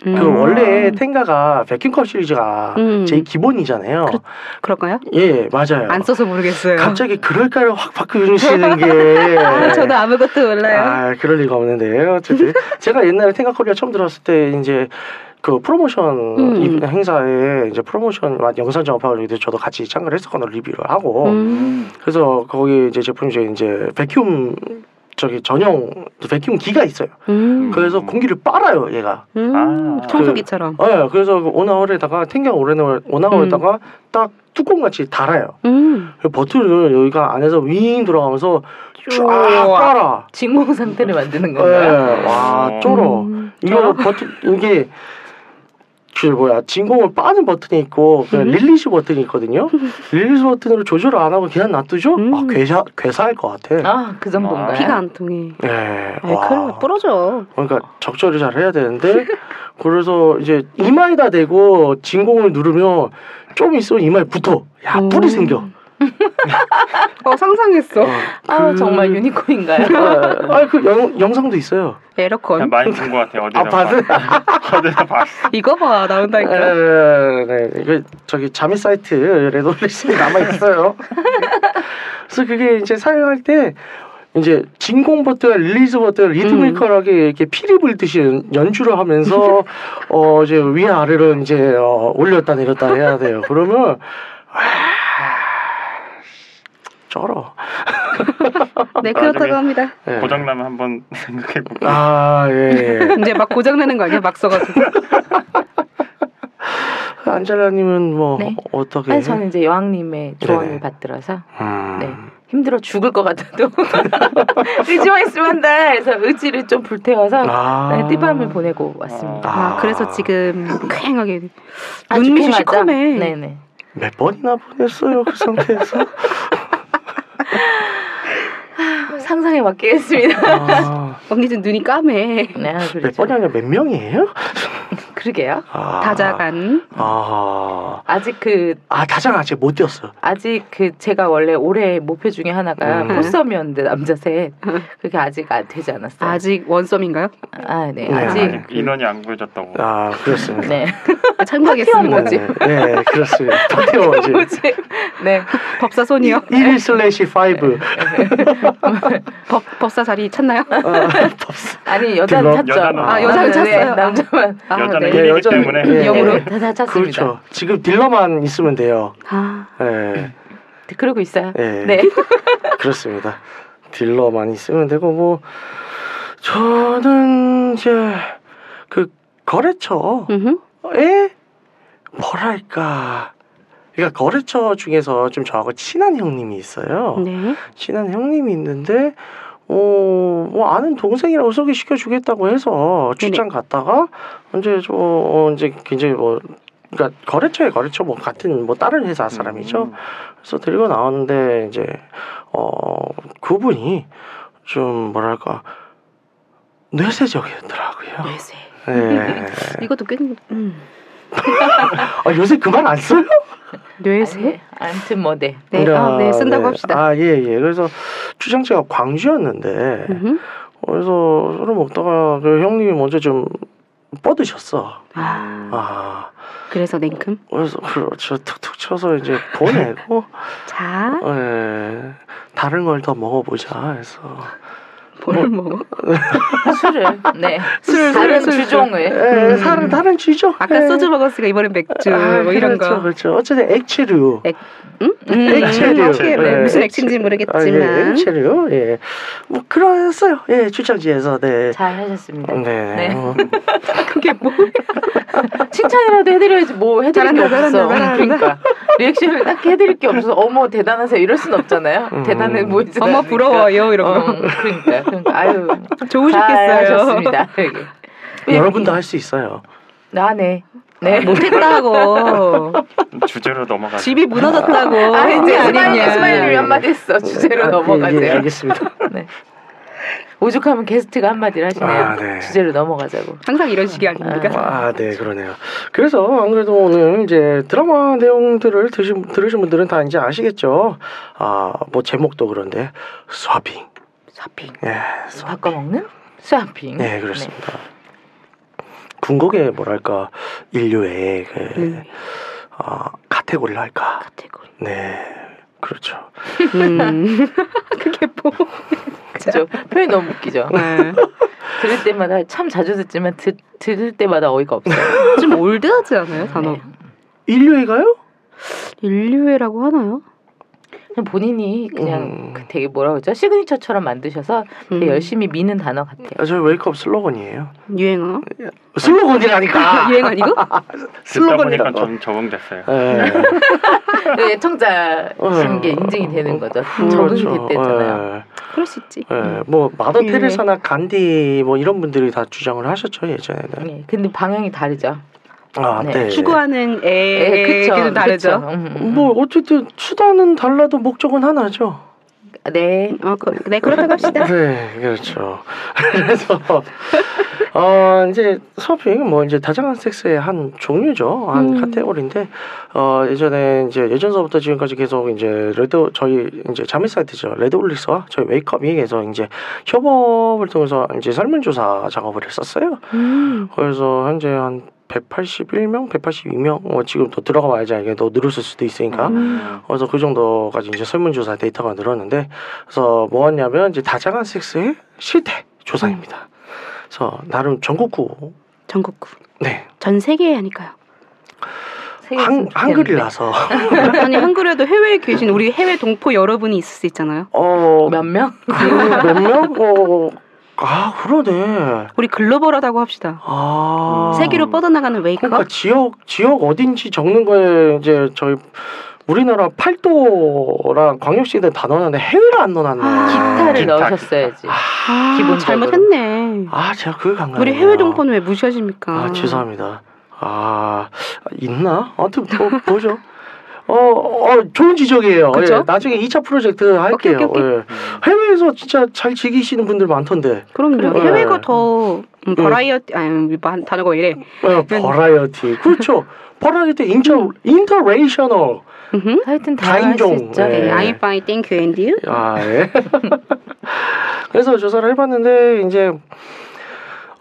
I: 음.
D: 그 원래 텐가가 베큐컵 시리즈가
I: 음.
D: 제일 기본이잖아요.
I: 그럴까요?
D: 예, 맞아요.
I: 안 써서 모르겠어요.
D: 갑자기 그럴까요? 확 바꾸시는 게.
I: 아, 저도 아무것도 몰라요.
D: 아, 그럴 리가 없는데요. 어쨌든 제가 옛날에 텐가 코리아 처음 들었을 때 이제 그 프로모션
I: 음.
D: 이 행사에 이제 프로모션 영상 작업하고 이제 저도 같이 참가를 했었거든요. 리뷰를 하고.
I: 음,
D: 그래서 거기 이제 제품 중에 이제 베큐 저기 전용 베큐 기가 있어요.
I: 음,
D: 그래서
H: 음.
D: 공기를 빨아요, 얘가.
I: 음,
H: 아,
I: 청소기처럼.
D: 예, 그래서 그 오나홀에다가 탱겨 오나홀에다가 딱 뚜껑 같이 달아요.
I: 음,
D: 그 버튼을 여기가 안에서 윙 돌아가면서 쫙
I: 우와.
D: 빨아.
F: 진공 상태를 만드는
D: 예,
F: 건가요?
D: 와 쩔어.
I: 네. 음,
D: 이거 버튼 이게 그 뭐야 진공을 빠는 버튼이 있고 그
I: 음.
D: 릴리즈 버튼이 있거든요. 릴리즈 버튼으로 조절을 안 하고 그냥 놔두죠.
I: 음.
D: 아 괴사 괴사할 것 같아.
F: 아, 그 정도인가요?
I: 피가 안 통해.
D: 예,
I: 에이, 네, 큰일 부러져.
D: 그러니까 적절히 잘 해야 되는데 그래서 이제 이마에다 대고 진공을 누르면 좀 있으면 이마에 붙어 야
I: 음.
D: 뿔이 생겨
I: 어, 상상했어.
F: 아,
D: 그
F: 정말 유니콘인가요?
D: 아그 영상도 있어요
I: 에어컨.
H: 그냥 많이 본 것 같아요.
D: 아
H: 어디서
D: 봤어요
H: 어디서 봤어.
I: 이거 봐, 나온다니까.
D: 네, 네, 네. 그 저기 자미 사이트 레돌리스에 남아 있어요 그래서 그게 이제 사용할 때 이제 진공 버튼과 릴리즈 버튼을
F: 음.
D: 리드미컬하게 이렇게 피리 불듯이 연- 연주를 하면서 어 이제 위 아래로 이제 어, 올렸다 내렸다 해야 돼요. 그러면 아, 쩔어. 아,
I: 네, 그렇다고 합니다.
D: 예.
H: 고장 나면 한번 생각해 볼게요.
D: 아 예. 예.
I: 이제 막 고장내는 거 아니야? 막 써가지고.
D: 안젤라님은 뭐
F: 네.
D: 어떻게?
F: 아니, 저는 이제 여왕님의 조언을
D: 네네.
F: 받들어서
D: 음.
F: 네. 힘들어 죽을 것 같아도 의지만 있으면 한다. 그래서 의지를 좀 불태워서
D: 아.
F: 네, 띠밤을 보내고 왔습니다.
I: 아, 그래서 지금 쾌행하게
F: 아주
I: 눈밑이
F: 쾌하죠?
I: 시커매.
F: 네네.
D: 몇 번이나 보냈어요 그 상태에서.
F: 상상에 맡게 했습니다.
D: 아,
I: 언니 좀 눈이 까매.
F: 네, 아, 그러죠.
D: 몇 번이 아니라 몇 명이에요?
F: 그러게요.
D: 아.
I: 다자간.
D: 아.
F: 아직 그
D: 아 다자가 아직 못 뛰었어.
F: 아직 그 제가 원래 올해 목표 중에 하나가
D: 음.
F: 포섬이었는데 남자 셋 그게 아직 안 되지 않았어요.
I: 아직 원썸인가요?
F: 아, 네.
D: 네,
F: 아직
H: 아직 인원이 안 구해졌다고.
D: 아 그렇습니다.
F: 네.
I: 아, 참고하겠습니다.
F: 파티원 뭐지?
D: 네, 네, 그렇습니다. 파티원지.
F: 뭐지? 네.
I: 법사손이요.
D: 1 슬래시 5.
I: 법, 법사 자리 찾나요?
F: 네.
D: 아,
F: 아니 여자는
D: 들어-
F: 찾죠.
H: 여자는-
I: 아,
F: 남자는
I: 여자는
F: 네,
I: 찾어요?
F: 남자만
I: 아,
H: 여자는
I: 네.
D: 일-
H: 1위기
D: 여자는-
H: 때문에
D: 예.
F: 영으로 다 찾습니다.
D: 그렇죠. 지금 딜러만 있으면 돼요.
I: 아,
D: 예.
F: 네, 그러고 있어요.
D: 예.
F: 네.
D: 그렇습니다. 딜러만 있으면 되고 뭐 저는 이제 그 어, 거래처에
I: 음흠.
D: 뭐랄까 그러니까 거래처 중에서 좀 저하고 친한 형님이 있어요.
I: 네.
D: 친한 형님이 있는데 어, 뭐 아는 동생이라고 소개시켜 주겠다고 해서 출장 갔다가 이제 저 어, 이제 굉장히 뭐 그러니까 거래처에 거래처 뭐 같은 뭐 다른 회사
H: 음.
D: 사람이죠. 그래서 데리고 나왔는데 이제 어 그분이 좀 뭐랄까 뇌세적이었더라고요.
F: 뇌세.
D: 네.
I: 이것도 꽤 음.
D: 아, 요새 그 말 안 써요?
I: 뇌세.
F: 아무튼 뭐 네.
I: 네, 아, 네, 쓴다고 합시다.
D: 아, 예, 예. 그래서 출장지가 광주였는데
I: 음흠.
D: 그래서 술을 먹다가 그 형님이 먼저 좀 뻗으셨어.
I: 아,
D: 아,
I: 그래서 냉큼.
D: 그래서 그렇죠. 툭툭 쳐서 이제 보내고,
I: 자,
D: 예, 다른 걸 더 먹어보자 해서.
I: 뭘 먹어?
F: 술을 네.
I: 술,
F: 다른
I: 술, 술.
F: 주종을
D: 예,
I: 음.
D: 다른 다른 쥐죠.
I: 아까
D: 예.
I: 소주 먹었으니까 이번엔 맥주
D: 아,
I: 뭐 이런
D: 그렇죠,
I: 거.
D: 그렇죠. 어쨌든 액체류.
I: 음,
D: 액체류.
I: 오케이, 네.
D: 네,
I: 무슨
D: 액체. 아,
I: 액체인지
D: 예,
I: 모르겠지만.
D: 액체류. 예, 뭐 그랬어요. 예, 출장지에서 네.
F: 잘 하셨습니다.
D: 네.
F: 네.
D: 어,
I: 그게 뭐?
F: 칭찬이라도 해드려야지 뭐 해드릴 게
I: 잘한다,
F: 없어.
I: 잘한다, 잘한다.
F: 그러니까 리액션을 딱 해드릴 게 없어서 어머 대단하세요 이럴 순 없잖아요.
D: 음.
F: 대단해 보이지.
I: 어머
F: 않으니까.
I: 부러워요 이런
F: 어,
I: 거.
F: 그러니까 그러니까 네, 아유 잘
I: 좋으셨겠어요.
F: 하셨습니다.
D: 여러분도 할 수 있어요.
F: 나네. 네.
I: 못했다고.
H: 음, 주제로 넘어가.
I: 집이 무너졌다고.
F: 아, 이제
I: 아니냐.
F: 스마일, 스마일을 한마디 했어.
D: 아,
F: 주제로
D: 예, 예,
F: 넘어가세요.
D: 알겠습니다.
F: 네. 오죽하면 게스트가 한마디를 하시네요.
D: 아, 네.
F: 주제로 넘어가자고.
I: 항상 이런 식이 아닙니까
D: 아, 네, 그러네요. 그래서 안 그래도 오늘 이제 드라마 내용들을 드신, 들으신 분들은 다 이제 아시겠죠. 아, 뭐 제목도 그런데 스와핑.
F: 서핑.
D: 예,
F: 바꿔 먹는 서핑.
D: 네, 그렇습니다. 궁극의 뭐랄까 인류의 그
I: 음.
D: 아, 카테고리를 할까.
F: 카테고리.
D: 네, 그렇죠.
I: 음. 그게 뭐?
F: 그죠? 표현이 너무 웃기죠.
I: 네.
F: 들을 때마다 참 자주 듣지만 들, 들을 때마다 어이가 없어요. 네.
I: 좀 올드하지 않아요 단어?
D: 인류애가요?
I: 네. 인류애라고 하나요?
F: 그냥 본인이 그냥
D: 음.
F: 그 되게 뭐라 그러죠? 시그니처처럼 만드셔서 되게
I: 음.
F: 열심히 미는 단어 같아요.
D: 아, 저희 웨이크업 슬로건이에요.
I: 유행어?
D: 슬로건이라니까.
I: 유행 아니고?
H: 듣다
D: 슬로건이라고.
H: 보니까 좀 적응됐어요.
D: 예.
F: 네, 청자인 게
D: 어.
F: 인증이 되는 거죠. 적응이
D: 그렇죠.
F: 됐대잖아요.
D: 예.
I: 그럴 수 있지.
D: 예, 뭐 마더
I: 인류의-
D: 테레사나 간디 뭐 이런 분들이 다 주장을 하셨죠 예전에는.
F: 네, 근데 방향이 다르죠.
D: 아,
F: 네.
D: 네.
I: 추구하는
F: 예,
I: 애에게
F: 그쵸,
I: 좀 다르죠.
F: 그쵸. 음, 음.
D: 예, 뭐 어쨌든 수단은 달라도 목적은 하나죠.
F: 네.
I: 어, 그, 네 그렇다고 합시다.
D: 네, 그렇죠. 그래서 어 이제 서핑 뭐 이제 다정한 섹스의 한 종류죠, 한
I: 음.
D: 카테고리인데 어 예전에 이제 예전서부터 지금까지 계속 이제 레드 저희 이제 자매 사이트죠 레드 올릭스와 저희 웨이크업이 계속 이제 협업을 통해서 이제 설문조사 작업을 했었어요.
I: 음.
D: 그래서 현재 한 181명, 182명, 어, 지금 더 들어가 봐야지 이게 더 늘었을 수도 있으니까
H: 음.
D: 그래서 그 정도까지 이제 설문조사 데이터가 늘었는데 그래서 뭐였냐면 이제 다자간 섹스의 실태 조사입니다. 그래서 나름 전국구
G: 전국구.
D: 네
G: 전 세계에 하니까요.
D: 한, 한글이라서
I: 아니 한글에도 해외에 계신 우리 해외 동포 여러분이 있을 수 있잖아요.
D: 어몇 그
F: 몇 명?
D: 명? 어, 아 그러네.
I: 우리 글로벌하다고 합시다.
D: 아
I: 세계로 뻗어나가는 웨이크업.
D: 그러니까 지역 지역 어딘지 적는 거에 이제 저희 우리나라 팔도랑 광역시대 단어는데 해외를 안 넣어놨네.
I: 아,
F: 기타를
H: 기타,
F: 넣으셨어야지.
I: 아,
F: 기본적으로.
I: 잘못했네.
D: 아 제가 그걸 간가요?
I: 우리 해외 동포는 왜 무시하십니까?
D: 아 죄송합니다. 아 있나? 아무튼 뭐, 보, 보죠. 어, 어 좋은 지적이에요.
I: 그쵸?
D: 예, 나중에 2차 프로젝트 할게요.
I: 오케이, 오케이.
D: 예.
I: 음.
D: 해외에서 진짜 잘 즐기시는 분들 많던데.
I: 그럼요.
D: 그럼요.
I: 해외가 더 음, 버라이어티 아니 마- 단어가 왜 이래.
D: 예, 버라이어티. 그렇죠. 버라이어티 인터 인터레이셔널.
I: 음흠.
F: 하여튼 다 할 수
D: 다인종.
F: 있죠. 예,
D: 네.
I: 네, I find thank you and you.
D: 아 예. 그래서 조사를 해봤는데 이제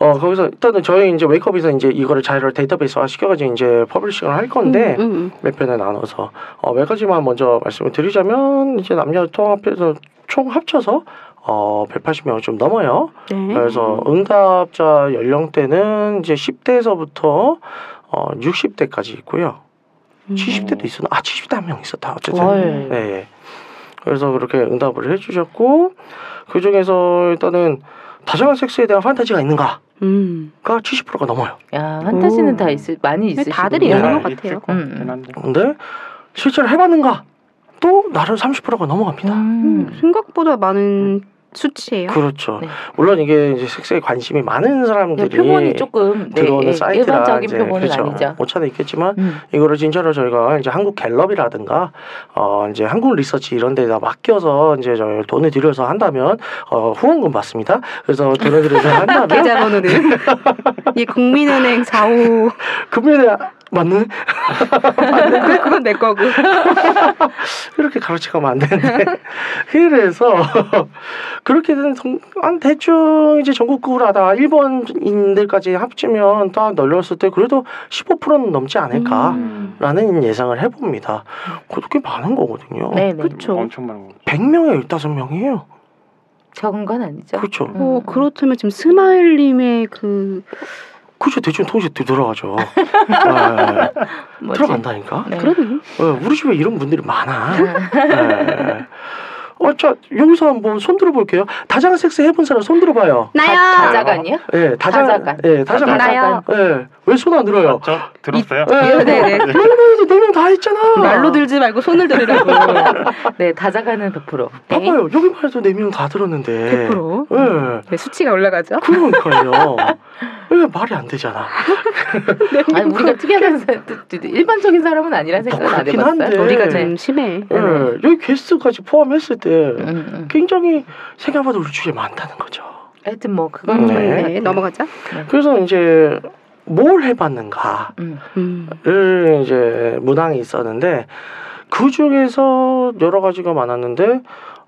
D: 어 거기서 일단은 저희 이제 웨이크업에서 이제 이거를 자료를 데이터베이스화 시켜가지고 이제 퍼블리싱을 할 건데.
I: 음, 음,
D: 몇 편에 나눠서 어, 몇 가지만 먼저 말씀을 드리자면 이제 남녀 통합해서 총 합쳐서 어, 180명이 좀 넘어요.
I: 음. 네.
D: 그래서 응답자 연령대는 이제 10대에서부터 어, 60대까지 있고요.
I: 음.
D: 70대도 있었나? 아, 70대 한 명 있었다. 어쨌든.
F: 월.
D: 예, 예. 그래서 그렇게 응답을 해주셨고 그 중에서 일단은 다정한 섹스에 대한 판타지가 있는가가
I: 음.
D: 70%가 넘어요.
F: 야, 판타지는
I: 오.
F: 다 있을 많이 있으시
I: 다들
D: 있는
I: 이런
D: 네.
I: 것 같아요.
H: 것
F: 음.
H: 같긴 한데.
D: 근데 실제로 해봤는가 또 나름 30%가 넘어갑니다.
I: 음,
F: 음.
I: 생각보다 많은 수치예요.
D: 그렇죠.
F: 네.
D: 물론 이게 이제 섹스에 관심이 많은
F: 네,
D: 사람들이
F: 표본이 조금 네,
D: 들어오는
F: 예,
D: 사이트라
F: 일반적인
D: 이제
F: 표본은
D: 그렇죠.
F: 아니죠.
D: 오차는 있겠지만
F: 음.
D: 이거를 진짜로 저희가 이제 한국 갤럽이라든가 어 이제 한국 리서치 이런 데다 맡겨서 이제 저희 돈을 들여서 한다면 어 후원금 받습니다. 그래서 돈을 들여서
F: 네.
D: 한다면
I: 계좌번호는 이 국민은행 4호
D: 금연에 맞는
I: 그- 그건 내 거고
D: 이렇게 가로채가면 안 되는데 그래서 그렇게 되는 동- 한 대충 이제 전국구라 다 일본인들까지 합치면 다 널렸을 때 그래도 15%는 넘지 않을까
F: 음.
D: 라는 예상을 해봅니다. 그것도 꽤 많은 거거든요.
F: 네, 네.
I: 그쵸.
H: 엄청 많은 거.
D: 100명에 15명이에요.
F: 적은 건 아니죠.
D: 그렇죠.
I: 뭐
F: 음.
I: 그렇다면 지금 스마일님의 그
D: 그렇죠. 대충 통신 들어가죠. 네,
F: 뭐지?
D: 들어간다니까.
F: 네.
I: 그러네
D: 네, 우리 집에 이런 분들이 많아. 네. 어, 자, 여기서 한번 손 들어볼게요. 다자간 섹스 해본 사람 손 들어봐요.
F: 다,
I: 나야
F: 자간이요
D: 예, 다자간.
F: 다자간.
D: 예, 다자간.
I: 나야.
D: 예, 왜 손 안 들어요?
H: 저 들었어요?
D: 예, 예,
I: 네네
D: 멜로디에서 네명다 했잖아.
I: 말로 들지 말고 손을 들으라고
D: 어.
F: 네, 다자간은 100%. 네.
D: 봐봐요. 여기만 해도 네 명 다 들었는데.
I: 100%
D: 예.
I: 네, 수치가 올라가죠
D: 그러니까요. 왜 말이 안 되잖아.
F: 아니 우리가 특이한 사람, 일반적인 사람은 아니라 생각은 안
D: 그렇긴
F: 해봤어요.
D: 한데.
F: 우리가
D: 네.
I: 좀 심해.
D: 예, 여기 게스트까지 포함했을 때
F: 음, 음.
D: 그 굉장히 생각보다 우리 주위에 많다는 거죠.
F: 하여튼 뭐 그건
I: 음,
D: 네.
I: 네. 넘어가자.
D: 그래서 이제 뭘 해봤는가를
F: 음.
I: 음.
D: 이제 문항이 있었는데 그 중에서 여러 가지가 많았는데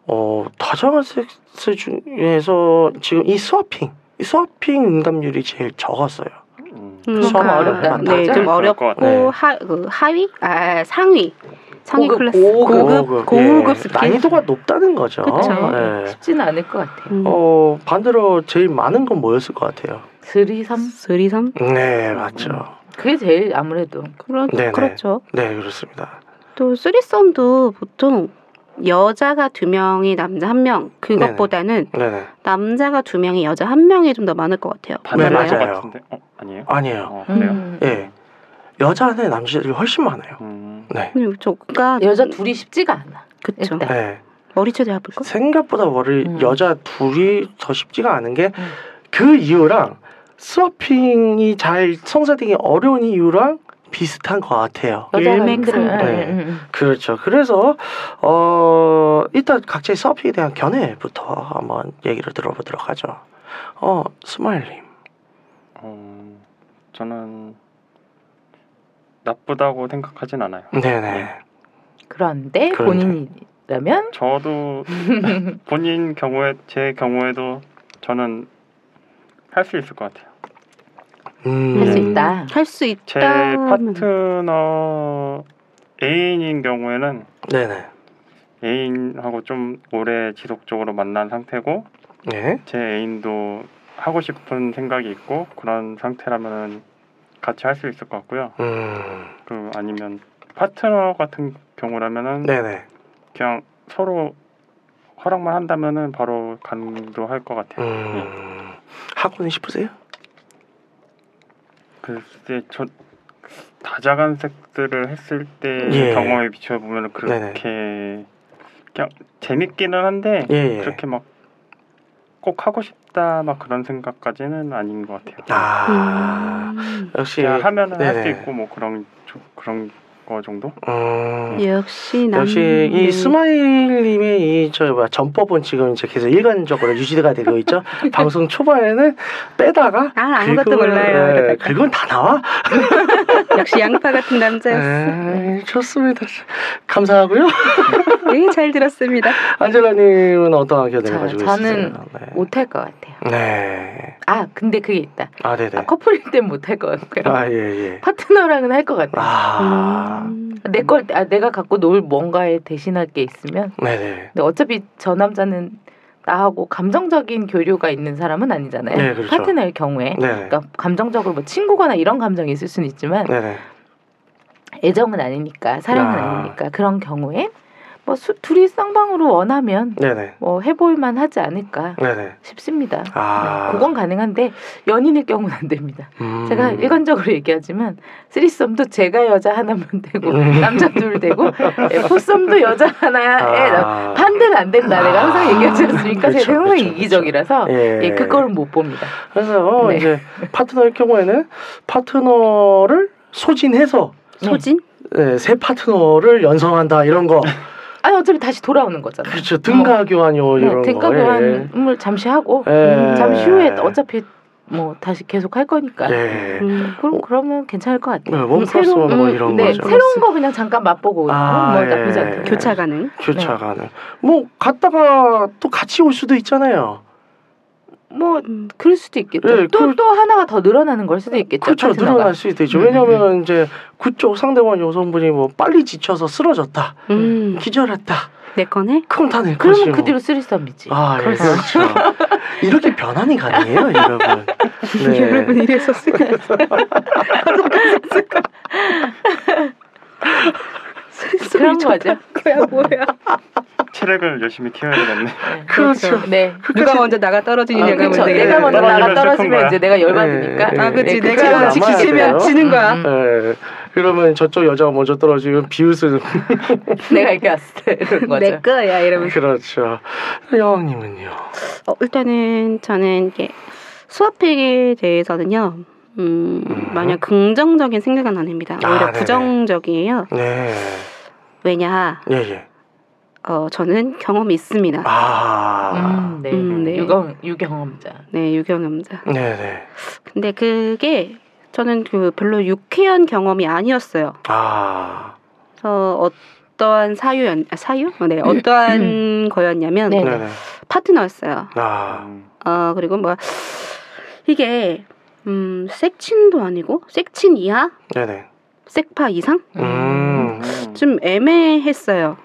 D: 어, 다정한 섹스 중에서 지금 이 스와핑, 이 스와핑 응답률이 제일 적었어요.
H: 음.
I: 음.
D: 수학
F: 어렵다.
I: 네, 좀
H: 그럴
I: 어렵고
H: 것 같아.
D: 네.
I: 하, 그 하위? 아, 상위. 상위
F: 고급,
I: 클래스.
F: 고급.
I: 고급, 고급 스킬.
D: 예. 난이도가 높다는 거죠.
I: 그쵸.
D: 예.
F: 쉽지는 않을 것 같아요.
I: 음.
D: 어, 반대로 제일 많은 건 뭐였을 것 같아요?
F: 드리섬
I: 스리섬?
D: 네, 맞죠.
F: 그게 제일 아무래도
I: 그렇,
D: 네네.
I: 그렇죠.
D: 네, 그렇습니다.
I: 또 쓰리썸도 보통 여자가 두 명이 남자 한 명. 그것보다는
D: 네네.
I: 남자가 두 명이 여자 한 명이 좀 더 많을 것 같아요.
D: 네,
H: 반대로 할것
D: 맞아요.
H: 같은데. 어, 아니에요?
D: 아니에요.
H: 어, 그래요?
F: 음.
D: 예. 여자는 남자들이 훨씬 많아요.
H: 음.
D: 네.
I: 근데 저, 그러니까
F: 여자 둘이 쉽지가 않아.
I: 그쵸.
F: 일단.
D: 예.
I: 머리채도 아플 거?
D: 생각보다 머리
F: 음.
D: 여자 둘이 더 쉽지가 않은
F: 음.
D: 게 그 이유랑 스와핑이 잘 성사되기 어려운 이유랑 비슷한 것 같아요.
F: 여자가
I: 일맥
F: 힘들어요.
I: 상통.
D: 네.
F: 음, 음,
D: 그렇죠. 그래서 어 일단 각자의 서핑에 대한 견해부터 한번 얘기를 들어보도록 하죠. 어 스마일님.
H: 어, 저는 나쁘다고 생각하진 않아요.
D: 네네.
F: 음. 그런데
D: 그런데.
F: 본인이라면
H: 저도 본인 경우에 제 경우에도 저는 할 수 있을 것 같아요.
D: 음.
F: 할 수
H: 음.
F: 있다.
I: 할 수 있다.
H: 제 파트너 애인인 경우에는
D: 네네.
H: 애인하고 좀 오래 지속적으로 만난 상태고
D: 네.
H: 제 애인도 하고 싶은 생각이 있고 그런 상태라면 같이 할 수 있을 것 같고요.
D: 음.
H: 그 아니면 파트너 같은 경우라면은
D: 네네.
H: 그냥 서로 허락만 한다면은 바로 간도 할 것 같아요. 네.
D: 음. 하고는 싶으세요?
H: 글쎄 저 다자간 섹스를 했을 때
D: 예.
H: 경험에 비춰보면 그렇게 그냥 재밌기는 한데
D: 예. 예.
H: 그렇게 막 꼭 하고 싶다 막 그런 생각까지는 아닌 것 같아요.
D: 아
I: 음.
D: 역시
H: 그냥 하면은 할 수
D: 네네.
H: 있고 뭐 그런 저- 그런 거 정도.
F: 예.
D: 음.
I: 역시 남.
D: 역시
I: 네.
D: 이 스마일님의 이저 뭐야 전법은 지금 이제 계속 일관적으로 유지가 되고 있죠.
F: 네.
D: 방송 초반에는 빼다가
I: 아 아무것도
D: 그걸-
I: 몰라요.
D: 예,
I: 이러다가.
D: 그건 다 나와.
I: 역시 양파 같은
D: 네.
I: 남자였어.
F: 네.
D: 에이, 좋습니다. 감사하고요.
I: 네, 잘 들었습니다.
D: 안젤라님은 어떤 의견을
F: 저-
D: 가지고
F: 저는
D: 있으세요? 네.
F: 못할 것 같아요.
D: 네.
F: 아 근데 그게 있다.
D: 아 네네.
F: 아, 커플일 땐 못할 것 같고요.
D: 아 예예.
F: 파트너랑은 할 것 같아요.
D: 아
I: 음.
F: 내 걸 아, 내가 갖고 놀 뭔가에 대신할 게 있으면
D: 네네.
F: 근데 어차피 저 남자는 나하고 감정적인 교류가 있는 사람은 아니잖아요.
D: 네, 그렇죠.
F: 파트너일 경우에.
D: 네네.
F: 그러니까 감정적으로 뭐 친구거나 이런 감정이 있을 수는 있지만
D: 네네.
F: 애정은 아니니까 사랑은
D: 아.
F: 아. 니니까 그런 경우에 뭐 수- 둘이 쌍방으로 원하면
D: 네네.
F: 뭐 해볼만 하지 않을까
D: 네네.
F: 싶습니다.
D: 아
F: 네, 그건 가능한데 연인일 경우는 안 됩니다.
D: 음.
F: 제가 일관적으로 얘기하지만 쓰리썸도 제가 여자 하나면 되고
D: 음.
F: 남자 둘 되고 예, 포썸도 여자 하나에 예, 나-
D: 아.
F: 반대는 안 된다. 내가 항상 얘기하지 않습니까?
D: 그렇죠,
F: 제가 항상
D: 그렇죠,
F: 이기적이라서
D: 예.
F: 예, 그거는 못 봅니다.
D: 그래서
F: 네.
D: 이제 파트너일 경우에는 파트너를 소진해서
I: 소진?
D: 예, 새 파트너를 연성한다 이런 거
F: 아니 어차피 다시 돌아오는 거잖아요.
D: 그렇죠 등가 교환요 이런
F: 네,
D: 거 예.
F: 등가교환을 잠시 하고 음,
D: 예.
F: 잠시 후에 어차피 뭐 다시 계속 할 거니까
D: 예.
I: 음.
F: 그럼 그러면 괜찮을 것 같아요.
D: 네, 원 플러스
F: 새로운-
D: 원뭐
I: 음,
D: 이런
F: 네,
D: 거죠
F: 새로운 거 그냥 잠깐 맛보고
D: 아,
F: 뭐
D: 예.
F: 나쁘지
D: 네.
F: 않다.
I: 교차 가능.
D: 교차가는 뭐 갔다가 또 같이 올 수도 있잖아요
F: 뭐
I: 음,
F: 그럴 수도 있겠죠.
D: 예,
F: 또 또
D: 그-
F: 하나가 더 늘어나는 걸 수도 있겠죠.
D: 그렇죠
F: 파트너가.
D: 늘어날 수 있죠
F: 음,
D: 왜냐면 이제 그쪽 상대방 여성분이 뭐 빨리 지쳐서 쓰러졌다
I: 음.
D: 기절했다
I: 내 거네?
D: 그럼 다내 거지
F: 그러면
D: 뭐.
F: 그 뒤로 쓰리썸이지.
D: 아, 예, 그렇죠. 이렇게 변환이 가능해요, 여러분. 네.
I: 여러분 이래서 쓰고
F: 그런 거죠.
I: 거야 뭐야?
H: 체력을 열심히 키워야겠네.
F: 네,
D: 그렇죠. 네.
F: 네.
I: 누가 먼저 나가 떨어지는
F: 아,
I: 얘가
F: 그렇죠.
I: 문제야.
F: 내가 먼저 나가
H: 떨어지면 슬픈
F: 떨어지면
H: 거야.
F: 이제 내가 열받으니까.
D: 예, 예.
I: 아, 그치.
F: 예, 그
I: 내가
D: 남아야 돼요.
I: 지키면 지는 거야.
F: 음,
D: 예. 그러면 저쪽 여자가 먼저 떨어지면 비웃음.
F: 음. 내가 이렇게 왔어.
D: 네.
F: 이런 거죠.
I: 내 거야 이러면서.
D: 그렇죠. 여왕님은요.
I: 어, 일단은 저는 이게 수화팩에 대해서는요. 음,
D: 음.
I: 만약 긍정적인 생각은 아닙니다.
D: 아,
I: 오히려
D: 네네.
I: 부정적이에요.
D: 네.
I: 왜냐,
D: 예, 예.
I: 어, 저는 경험이 있습니다.
D: 아.
F: 음, 네.
I: 음, 네.
F: 유경 유경험자.
I: 네, 유경험자.
D: 네, 네.
I: 근데 그게 저는 그 별로 유쾌한 경험이 아니었어요.
D: 아.
I: 그래서 어떠한 사유였, 아, 사유? 어, 네, 어떠한 거였냐면 그
F: 네.
D: 음. 네, 네.
I: 파트너였어요.
D: 아.
H: 음,
I: 어, 그리고 뭐, 이게, 음, 색친도 아니고, 색친 이하?
D: 네, 네.
I: 색파 이상?
D: 음.
H: 음.
I: 좀 애매했어요.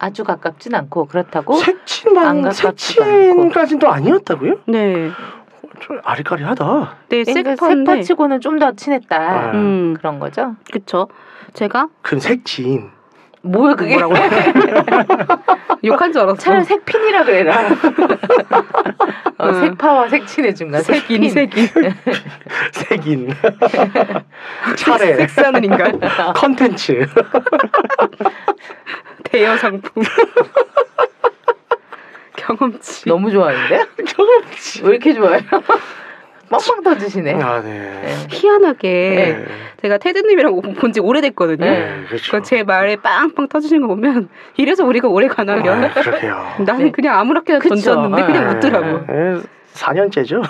F: 아주 가깝진 않고 그렇다고 안
D: 색친만
F: 가깝지도
D: 색친까지는 또 아니었다고요?
I: 네.
D: 좀 아리까리하다.
I: 네,
F: 그러니까
I: 색파인데.
F: 색파치고는 좀 더
D: 네.
F: 친했다.
I: 음,
F: 그런 거죠?
I: 그쵸. 제가
D: 그럼 색친.
F: 뭐야 그게?
D: 뭐라고?
I: 욕한 줄 알았어.
F: 차라리 색핀이라 그래 나. 어,
I: 음.
F: 색파와 색친의 중간 색핀.
I: 색인, 색인.
D: 색인. 차례.
I: 색사는 인간.
D: 컨텐츠.
I: 대여 상품. 경험치.
F: 너무 좋아하는데? 왜 이렇게 좋아요? 빵빵 터지시네.
D: 아, 네.
I: 희한하게
D: 네.
I: 제가 테드님이랑 본 지 오래됐거든요.
D: 네, 그렇죠.
I: 그제 말에 빵빵 터지신 거 보면 이래서 우리가 오래 가나요?
D: 아, 그렇게요.
I: 나는
F: 네.
I: 그냥 아무렇게나
F: 그쵸.
I: 던졌는데 그냥
F: 네.
I: 웃더라고.
D: 4년째죠?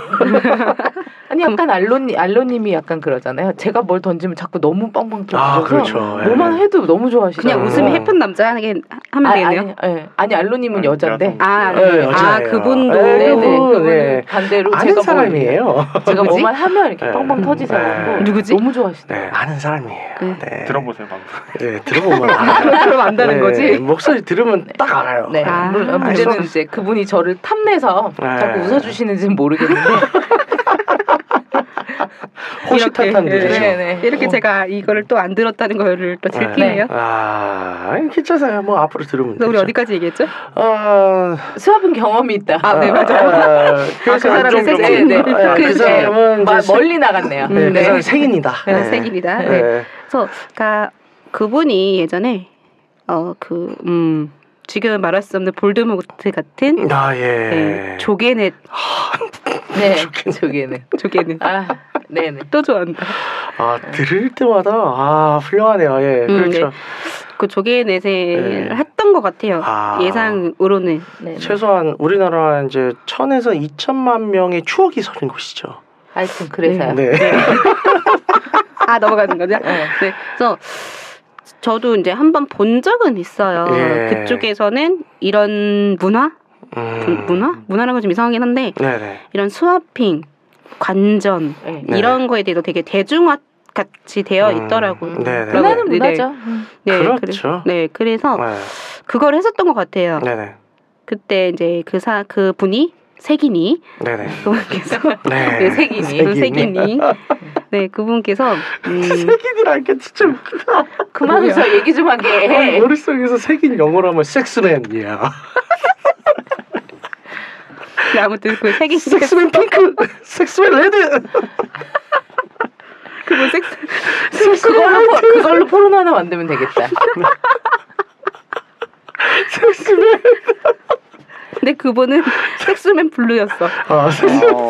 F: 아니 약간 알로님 알로님이 약간 그러잖아요. 제가 뭘 던지면 자꾸 너무 빵빵 터져서
D: 아, 그렇죠. 예.
F: 뭐만 해도 너무 좋아하시죠.
I: 그냥
D: 음.
I: 웃음이 해픈 남자에게 하면
F: 네. 아,
I: 되겠네요.
F: 아니, 예. 아니 알로님은
H: 아니,
F: 여잔데.
H: 여성.
I: 아,
D: 예,
I: 네. 아,
D: 여자예요.
I: 그분도.
D: 예,
F: 네네.
D: 그분,
F: 그거는
D: 예.
F: 반대로 제가
D: 아는
F: 뭘-
D: 사람이에요.
F: 제가
I: 누구지?
F: 뭐만 하면 이렇게
D: 예.
F: 빵빵
D: 예.
F: 터지잖아요.
I: 누구지?
F: 너무 좋아하시네.
D: 네, 아는 사람이에요.
I: 네.
D: 네.
H: 들어보세요 방금.
D: 네, 들어보면 알아요.
I: 그럼 안다는
D: 네,
I: 거지.
D: 목소리 들으면 딱 알아요. 뭐
F: 네.
I: 아.
F: 물론 문제는 이제 그분이 저를 탐내서
D: 예.
F: 자꾸
I: 네.
F: 웃어주시는지는 모르겠는데.
D: 호시탄탄
I: 이렇게,
D: 들으죠.
F: 네, 네.
I: 이렇게
F: 어.
I: 제가 이거를 또 안 들었다는 거를 또 들키네요.
D: 아, 아니, 괜찮아요. 뭐 앞으로 들으면 되죠.
I: 그래서 우리 어디까지 얘기했죠?
D: 아,
F: 어, 수업은 경험이 있다.
I: 아, 네, 맞아.
D: 아, 그 사람은
I: 사람의
D: 좀-
I: 색인.
D: 네,
I: 그-
D: 그
I: 네.
D: 사람은
F: 마-
D: 이제
F: 멀리 나갔네요.
D: 네,
I: 네.
D: 그 사람 생인이다.
I: 네. 색입니다. 네.
D: 네.
I: 그래서 그러니까 그분이 예전에 어 그 음, 지금 말할 수 없는 볼드모트 같은
D: 아, 예.
I: 네, 조개넷
F: 네, 저기에는.
I: 조개넷
F: 아, 네네.
I: 또 좋아한다.
D: 아, 들을 때마다 아, 훌륭하네요. 예. 그렇죠.
I: 그 조개넷을
D: 네.
I: 했던 것 같아요.
D: 아.
I: 예상으로는
F: 네네.
D: 최소한 우리나라 이제 천에서 이천만 명의 추억이 서린 곳이죠.
F: 하여튼 그래서요.
D: 네.
I: 아 넘어가는 거죠.
F: 네.
I: 네. 그래서 저도 이제 한 번 본 적은 있어요.
D: 예.
I: 그쪽에서는 이런 문화, 그
D: 음.
I: 문화, 문화라는 건 좀 이상하긴 한데
D: 네네.
I: 이런 스와핑, 관전
F: 네.
D: 네.
I: 이런 거에 대해서 되게 대중화 같이 되어
D: 음,
I: 있더라고요.
D: 네네.
I: 라고-
F: 문화는
I: 네, 네.
F: 문화죠. 음.
I: 네,
D: 그렇죠.
I: 그래, 네, 그래서
D: 네.
I: 그걸 했었던 것 같아요.
D: 네네.
I: 그때 이제 그 사 그 분이 색이니
D: 네네.
I: 그분께서
D: 네.
F: 네, 색이니.
D: 색이니.
I: 색이니 그 네 그분께서 음,
D: 색인이라는 게 진짜 웃기다.
F: 그만 웃어 얘기 좀
D: 아니,
F: 하게.
D: 머릿속에서 색인 영어로 하면 섹스맨이야.
I: 네, 아무튼 그 색이
D: 섹스맨 핑크, 섹스맨 레드.
I: 그분 색
F: 그걸로, 포, 그걸로 포르노 하나 만들면 되겠다.
I: 근데 그분은 섹스맨 블루였어.
D: 아, 섹스.
H: 어,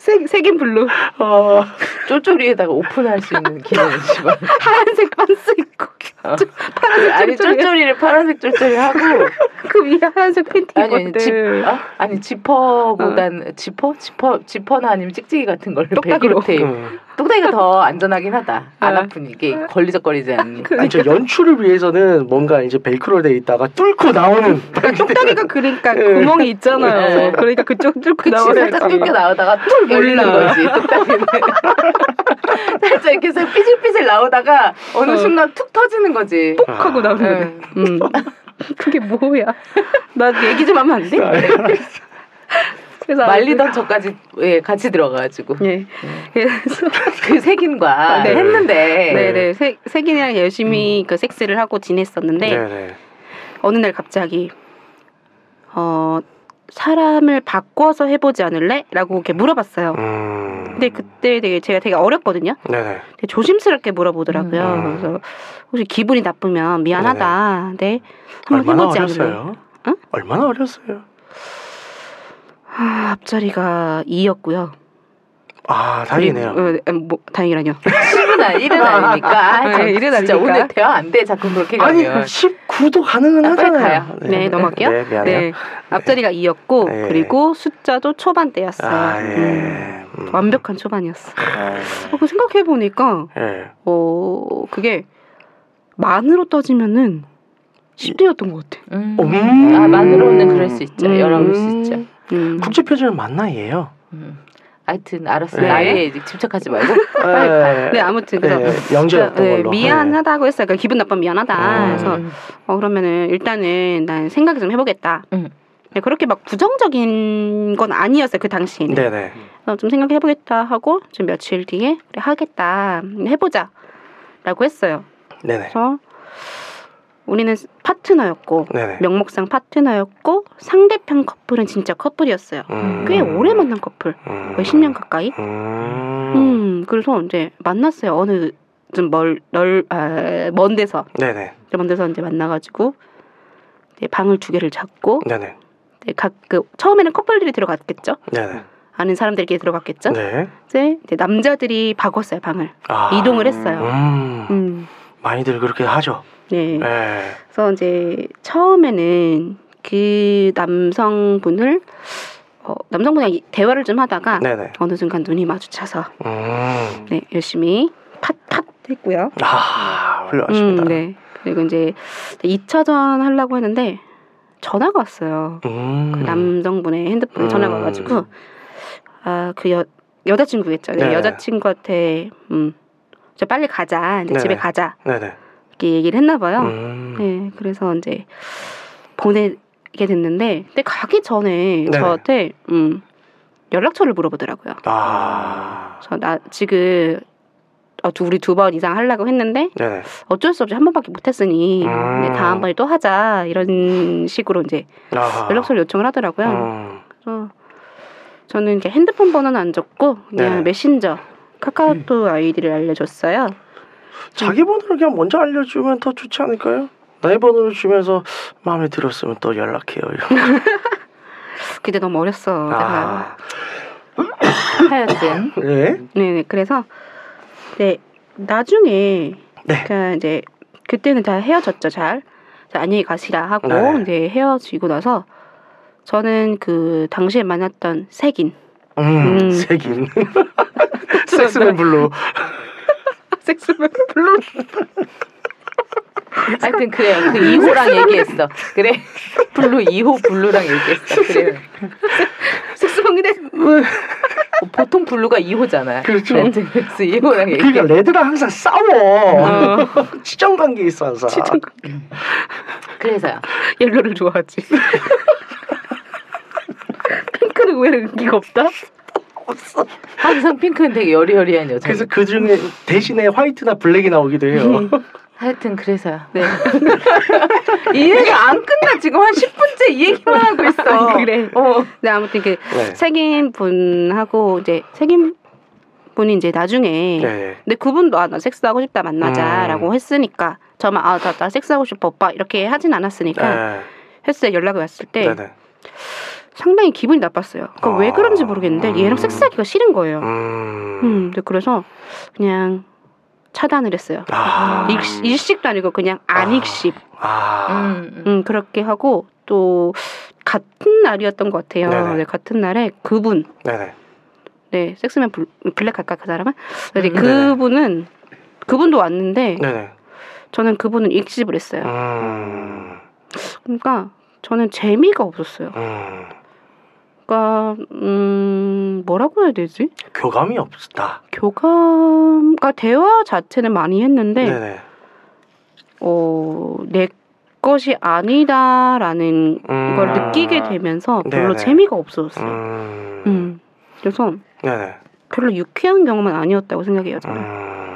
I: 색 색인 블루
D: 아,
F: 쫄쫄이에다가 오픈할 수 있는 기능을 지금.
I: 하얀색 그, 반스 입고
F: 어.
I: 파란색
F: 아니
I: 쫄쫄이.
F: 쫄쫄이를 파란색 쫄쫄이 하고
I: 그 위에 하얀색 팬티
F: 아니 아니 지,
I: 입었대.
F: 어? 아니 지퍼보단 지퍼 지퍼 지퍼나 아니면 찍찍이 같은 걸
I: 똑딱이로.
F: 테이프
D: 음.
F: 똑딱이가 더 안전하긴 하다 안
I: 아.
F: 아픈 이게 걸리적거리지 않는
I: 그
D: 아니,
I: 그러니까.
D: 저 연출을 위해서는 뭔가 이제 벨크로 돼 있다가 뚫고 나오는.
I: 음. 똑딱이가 그러니까
D: 예.
I: 구멍이
F: 예.
I: 있잖아요. 그러니까 그쪽
F: 네.
I: 뚫고
F: 그치 살짝 뚫겨
I: 나오는
F: 나오다가 툭 열리는
I: 몰라.
F: 거지 똑딱이는 살짝 이렇게 해서 삐질삐질 나오다가 어느
I: 어.
F: 순간 툭 터지는 거지
D: 아.
I: 하고 나오는 거네.
F: 응.
I: 음. 그게 뭐야? 나 얘기 좀 하면
D: 아.
I: 안 돼? 그래서
F: 말리던 저까지 예 같이 들어가가지고
I: 아무튼, 예. 그래서
F: 그 색인과
I: 아, 네.
F: 했는데
I: 네네 색 색이랑 열심히
F: 음.
I: 그 섹스를 하고 지냈었는데
D: 네네.
I: 어느 날 갑자기 어 사람을 바꿔서 해보지 않을래?라고 이렇게 물어봤어요.
D: 음.
I: 근데 그때 되게 제가 되게 어렸거든요.
D: 네네.
I: 되게 조심스럽게 물어보더라고요.
D: 음.
I: 그래서 혹시 기분이 나쁘면 미안하다. 근데 한번
D: 얼마나
I: 해보지 않을래?
D: 어렸어요?
I: 응?
D: 얼마나 어렸어요?
I: 아, 앞자리가 2였고요.
D: 아 다행이네요.
I: 그리고- 어, 뭐, 다행이라뇨.
F: 10은 아, 1은 아닙니까?
I: 네,
F: 아, 네,
I: 일은
F: 일은 진짜
I: 아닙니까?
F: 오늘 대화 안 돼. 자꾸
I: 음.
F: 그렇게
D: 아니
F: 가면.
D: 19도 가능은
F: 아, 빨리
D: 하잖아요.
F: 가요.
I: 네, 넘어갈게요.
D: 네, 미안해요.
I: 네, 앞자리가 2였고
D: 네.
I: 그리고 숫자도 초반대였어요.
D: 아 예.
I: 음,
D: 음.
I: 완벽한 초반이었어.
H: 아,
I: 어, 그 생각해 보니까
D: 예.
I: 어 그게 만으로 따지면은 10대였던 것 같아.
F: 음.
D: 음.
F: 아, 만으로는 그럴 수 있죠.
I: 음.
F: 여러 수 있죠.
I: 음.
D: 국제 표준은 맞나 얘예요?
F: 음. 하여튼 알았어.
D: 네.
F: 나이에 집착하지 말고.
D: 예.
I: 네, 아무튼 그래서
D: 예, 영재였던
I: 네,
D: 걸로.
I: 미안하다고 했어요. 그러니까 기분 나빠 미안하다.
D: 음.
I: 그래서 어 그러면은 일단은 난 생각 좀 해보겠다.
F: 음.
I: 네, 그렇게 막 부정적인 건 아니었어요 그 당시에는.
D: 네, 네.
I: 어, 좀 생각해보겠다 하고 좀 며칠 뒤에 그래 하겠다 음, 해보자라고 했어요.
D: 네, 네.
I: 그래서 우리는 파트너였고
D: 네, 네.
I: 명목상 파트너였고 상대편 커플은 진짜 커플이었어요.
D: 음.
I: 꽤 오래 만난 커플
D: 음.
I: 거의 10년 가까이.
D: 음.
I: 음 그래서 이제 만났어요 어느 아, 좀멀널먼 데서
D: 네, 네.
I: 먼 데서 이제 만나가지고 이제 방을 두 개를 잡고
D: 네, 네.
I: 이제 각그 처음에는 커플들이 들어갔겠죠
D: 네, 네.
I: 아는 사람들끼리 들어갔겠죠
D: 네.
I: 이제, 이제 남자들이 바꿨어요 방을
D: 아.
I: 이동을 했어요.
D: 음.
I: 음.
D: 많이들 그렇게 하죠.
I: 네.
D: 예.
I: 그래서 이제 처음에는 그 남성분을 어, 남성분이랑 이- 대화를 좀 하다가
D: 네, 네.
I: 어느 순간 눈이 마주쳐서
D: 음.
I: 네, 열심히 팟팟 했고요.
D: 아,
I: 음,
D: 훌륭하십니다.
I: 네. 그리고 이제 2차전 하려고 했는데 전화가 왔어요.
D: 음.
I: 그 남성분의 핸드폰에
D: 음.
I: 전화가 와가지고 아 그 여 여자친구겠죠. 네,
D: 네.
I: 여자친구한테 음, 저 빨리 가자. 이제
D: 네.
I: 집에 가자.
D: 네, 네.
I: 이렇게 얘기를 했나 봐요.
D: 음.
I: 네, 그래서 이제 보내게 됐는데, 근데 가기 전에
D: 네네.
I: 저한테 음, 연락처를 물어보더라고요.
D: 아.
I: 그래서 나 지금 어, 두- 우리 두 번 이상 하려고 했는데
D: 네, 네.
I: 어쩔 수 없이 한 번밖에 못했으니
D: 음.
I: 이제 다음번에 또 하자 이런 식으로 이제
D: 아.
I: 연락처를 요청을 하더라고요.
D: 음.
I: 그래서 어, 저는 이제 핸드폰 번호는 안 줬고 그냥
D: 네네. 음.
I: 메신저 카카오톡 아이디를 알려줬어요.
D: 자기 번호를 그냥 먼저 알려주면 더 좋지 않을까요? 나의 번호를 주면서 마음에 들었으면 또 연락해요. 이런.
I: 그때 너무 어렸어. 내가.
D: 아,
F: 하여튼.
D: 네,
I: 네네 그래서 네 나중에
D: 네.
I: 그러니까 이제 그때는 다 헤어졌죠 잘 자, 안녕히 가시라 하고
D: 네네.
I: 이제 헤어지고 나서 저는 그 당시에 만났던 색인
D: 음,
I: 음. 네.
D: 색인 섹스맨 블루.
I: 섹스맨 블루
F: 하여튼 그래요. 그 2호랑 얘기했어. 그래. 블루 2호 블루랑 얘기했어. 그래요.
I: 섹스맨 근데
F: 뭐 보통 블루가 2호잖아.
D: 그렇죠.
F: 그래서 2호랑 얘기.
D: 그러니까 레드랑 항상 싸워. 치정 관계 있어 항상.
I: 어. 치정
F: 그래서요.
I: 옐로를 좋아하지 핑크는 왜 인기가 없다
F: 항상 핑크는 되게 여리여리한 여자.
D: 그래서 그 중에 대신에 화이트나 블랙이 나오기도
I: 음.
D: 해요.
F: 하여튼 그래서요. 네. 이 얘기가 안 끝나. 지금 한 10분째 이 얘기만 하고 있어.
I: 그래
F: 어.
I: 네 아무튼 그
D: 네.
I: 색인 분하고 이제 색인 분이 이제 나중에
D: 네.
I: 근데 그분도 아 나 섹스하고 싶다 만나자라고
D: 음.
I: 했으니까 저만 아나 나 섹스하고 싶어 오빠 이렇게 하진 않았으니까
D: 네.
I: 했을 때 연락이 왔을 때
D: 네. 네.
I: 상당히 기분이 나빴어요. 그러니까 왜
D: 아.
I: 그런지 모르겠는데
D: 음.
I: 얘랑 섹스하기가 싫은 거예요.
D: 음.
I: 음, 근데 그래서 그냥 차단을 했어요.
D: 아.
I: 일, 일식도 아니고 그냥 안익식
D: 아.
F: 음. 음.
I: 음. 음, 그렇게 하고 또 같은 날이었던 것 같아요.
D: 네네.
I: 네, 같은 날에 그분
D: 네. 네.
I: 네 섹스맨 블- 블랙 할까 그 사람은 근데
F: 음.
I: 그분은 그분도 왔는데
D: 네. 네.
I: 저는 그분은 익집을 했어요.
D: 음.
I: 그러니까 저는 재미가 없었어요.
D: 음.
I: 그러니까 음 뭐라고 해야 되지?
D: 교감이 없다.
I: 교감, 그러니까 대화 자체는 많이 했는데
D: 네네.
I: 어, 내 것이 아니다라는
D: 음.
I: 걸 느끼게 되면서 별로
D: 네네.
I: 재미가 없어졌어요.
D: 음.
I: 음. 그래서
D: 네네.
I: 별로 유쾌한 경험은 아니었다고 생각해요. 저는.
D: 음.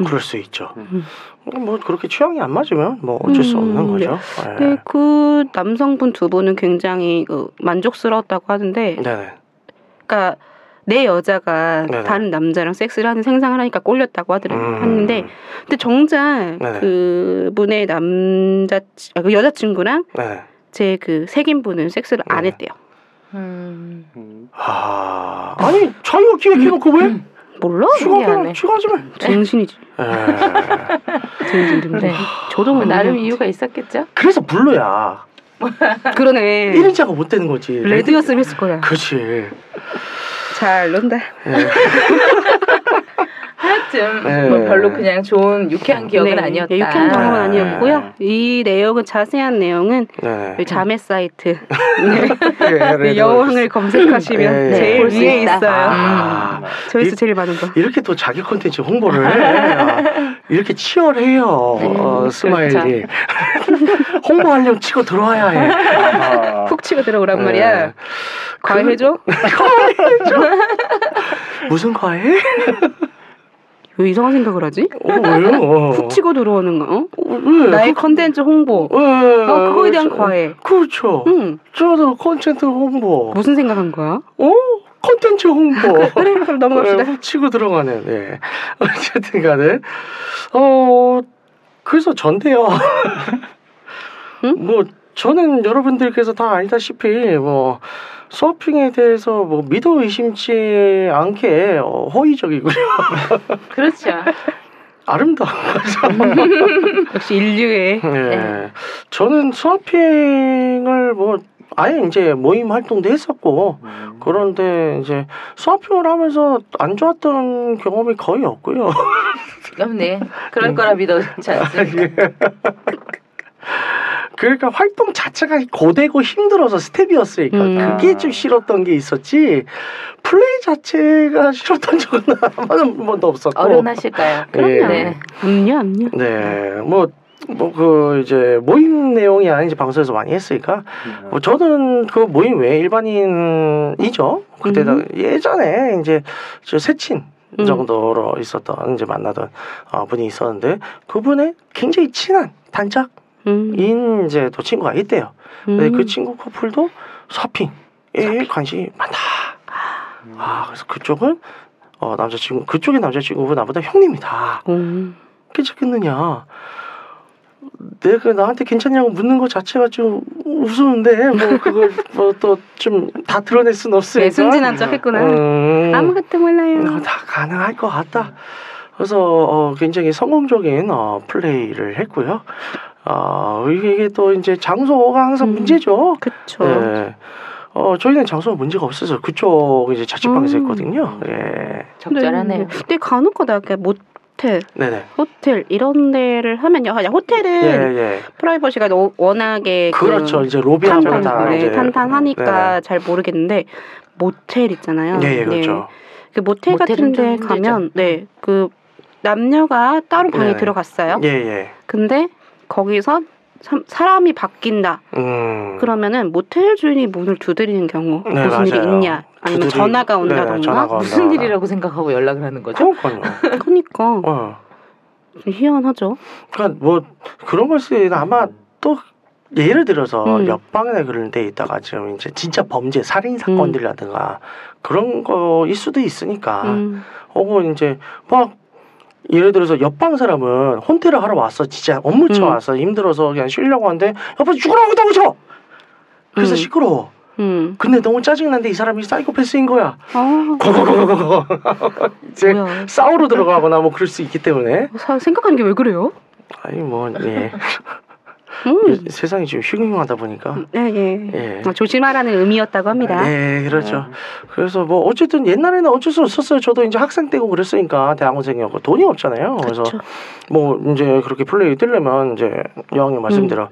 I: 음.
D: 그럴 수 있죠.
H: 음.
D: 뭐 그렇게 취향이 안 맞으면 뭐 어쩔 수 없는
I: 음,
D: 거죠. 예.
I: 근데 그 남성분 두 분은 굉장히 그 만족스러웠다고 하는데,
D: 예. 네네.
I: 그러니까 내 여자가
D: 네네.
I: 다른 남자랑 섹스를 하는 생상을 하니까 꼴렸다고 하더라
D: 음.
I: 하는데, 근데 정작
D: 네네.
I: 그분의 남자 아, 그 여자친구랑
D: 네네.
I: 제 그 색인 분은 섹스를 안
D: 네.
I: 했대요.
F: 음.
H: 음,
D: 아, 아니 자기가 기획해놓고 왜?
I: 음. 몰라?
F: 신기하네.
D: 지가 지가 예. 하지 말.
I: 정신이지.
D: 에,
I: 정신들데
F: 네.
I: 저도
F: 뭐
I: 모르겠네.
F: 나름 이유가 있었겠죠?
D: 그래서 블루야.
I: 그러네.
D: 1인자가 못 되는 거지.
I: 레드였으면 했을 거야.
D: 그렇지.
I: 잘 논다.
F: 하여튼
D: 네.
F: 뭐 별로 그냥 좋은 유쾌한 기억은
I: 네,
F: 아니었다.
I: 네, 유쾌한 경험은 아니었고요.
H: 네.
I: 이 내용은 자세한 내용은
D: 네.
I: 저희 자매 사이트
D: 예,
I: 그 여왕을 검색하시면 예,
D: 네,
I: 제일
F: 볼수
I: 위에
F: 있다.
I: 있어요.
D: 아.
H: 음.
I: 조회수
D: 이-
I: 제일 많은 거.
D: 이렇게 또 자기 콘텐츠 홍보를 해야 이렇게
I: 네.
D: 치열해요.
I: 그렇죠.
D: 어, 스마일이 홍보하려면 치고 들어와야 해.
H: 아,
I: 푹 치고 들어오란 말이야.
D: 네.
I: 과외해줘?
D: 무슨 과외?
I: 왜 이상한 생각을 하지?
D: 어, 왜요?
I: 푹 치고 들어오는 거. 어?
D: 어, 왜?
I: 나의 컨텐츠 홍보.
D: 예,
I: 어, 그거에 대한
D: 저-
I: 과외.
D: 그렇죠.
I: 응.
D: 저도 콘텐츠 홍보.
I: 무슨 생각한 거야?
D: 어? 콘텐츠 홍보.
I: 그래, 그럼 넘어갑시다.
D: 어, 치고 들어가네. 네. 어쨌든 간에 어 그래서 전데요.
I: 응?
D: 뭐 저는 여러분들께서 다 알다시피 뭐 서핑에 대해서 뭐 믿어 의심치 않게 어, 호의적이고요.
F: 그렇죠.
D: 아름다운 거죠.
I: 역시 인류의
D: 예. 저는 서핑을 뭐 아예 이제 모임 활동도 했었고
H: 음.
D: 그런데 이제 서핑을 하면서 안 좋았던 경험이 거의 없고요.
F: 없네.
D: 음.
F: 그럴 거라 믿어지
D: 아,
F: 않습니까?
D: 예. 그러니까 활동 자체가 고되고 힘들어서 스텝이었으니까
I: 음.
D: 그게 좀 싫었던 게 있었지 플레이 자체가 싫었던 적은 한 번은 한 번도 없었고
F: 어련하실까요?
D: 예. 그럼요.
F: 네.
I: 음료 음료.
D: 네. 네뭐 뭐 그 이제 모임 내용이 아닌 이제 방송에서 많이 했으니까
H: 음.
D: 뭐 저는 그 모임 외에 일반인이죠 그때 당- 예전에 이제 저 세친
I: 음.
D: 정도로 있었던 이제 만나던 어, 분이 있었는데 그분의 굉장히 친한 단짝인
I: 음.
D: 이제 또 친구가 있대요. 네, 그 친구 커플도 서핑에 관심이 많다. 아, 그래서 그쪽은 어, 남자친구, 그쪽의 남자친구는 나보다 형님이다.
I: 음.
D: 괜찮겠느냐? 내가 나한테 괜찮냐고 묻는 것 자체가 좀 우스운데 뭐 그걸 뭐 또 좀 다 드러낼 순 없으니까.
I: 네, 배순진한 척 했구나.
D: 음,
I: 아무것도
D: 어,
I: 몰라요.
D: 다 가능할 것 같다. 그래서 어, 굉장히 성공적인 어, 플레이를 했고요. 어, 이게 이게 또 이제 장소가 항상
I: 음.
D: 문제죠.
I: 그쵸.
D: 예. 어, 저희는 장소가 문제가 없어서 그쪽 이제 자취방에서
I: 음.
D: 했거든요. 예.
F: 적절하네요.
I: 근데, 근데 간혹 가다 이렇게 모텔,
D: 네네.
I: 호텔 이런 데를 하면 야, 호텔은
D: 예, 예.
I: 프라이버시가 너, 워낙에 네. 그
D: 그렇죠. 이제 로비랑
I: 탄탄,
D: 다
I: 네,
D: 이제
I: 탄탄하니까 잘 모르겠는데 모텔 있잖아요.
D: 네. 예, 예, 그렇죠.
I: 네. 그 모텔
F: 모텔은 좀
I: 같은데
F: 힘들죠.
I: 가면 네 그 남녀가 따로 방에
D: 네네.
I: 들어갔어요.
D: 예, 예.
I: 근데 거기서 참- 사람이 바뀐다.
D: 음.
I: 그러면은 모텔 주인이 문을 두드리는 경우
D: 네,
I: 무슨 일이
D: 맞아요.
I: 있냐 아니면
D: 두드리-
I: 전화가
D: 네,
I: 온다던가
D: 전화가
F: 무슨 일이라고 생각하고 연락을 하는 거죠?
D: 그러니까요.
I: 그러니까
D: 어.
I: 좀 희한하죠.
D: 그러니까 뭐 그런 것은 아마 또 예를 들어서
I: 음.
D: 옆방이나 그런 데 있다가 지금 이제 진짜 범죄 살인 사건들이라든가 그런 거일 수도 있으니까
I: 음,
D: 혹은 이제 막 예를 들어서 옆방 사람은 혼태를 하러 왔어 진짜 업무쳐
I: 음.
D: 와서 힘들어서 그냥 쉬려고 하는데 옆에 죽으라고 다고쳐 그래서
I: 음.
D: 시끄러워
I: 음.
D: 근데 너무 짜증난데 이 사람이 사이코패스인 거야
I: 아
D: 고고고고고고 이제
I: 뭐야.
D: 싸우러 들어가거나 뭐 그럴 수 있기 때문에
I: 사- 생각하는 게 왜 그래요?
D: 아니 뭐예 예,
I: 음.
D: 세상이 지금 흉흉하다 보니까
I: 네, 예.
D: 예.
I: 아, 조심하라는 의미였다고 합니다. 음.
D: 예, 그렇죠. 그래서 뭐 어쨌든 옛날에는 어쩔 수 없었어요. 저도 이제 학생 때고 그랬으니까 대학원생이었고 돈이 없잖아요. 그래서
I: 그렇죠.
D: 뭐 이제 그렇게 플레이 뛰려면 이제 여왕님 말씀대로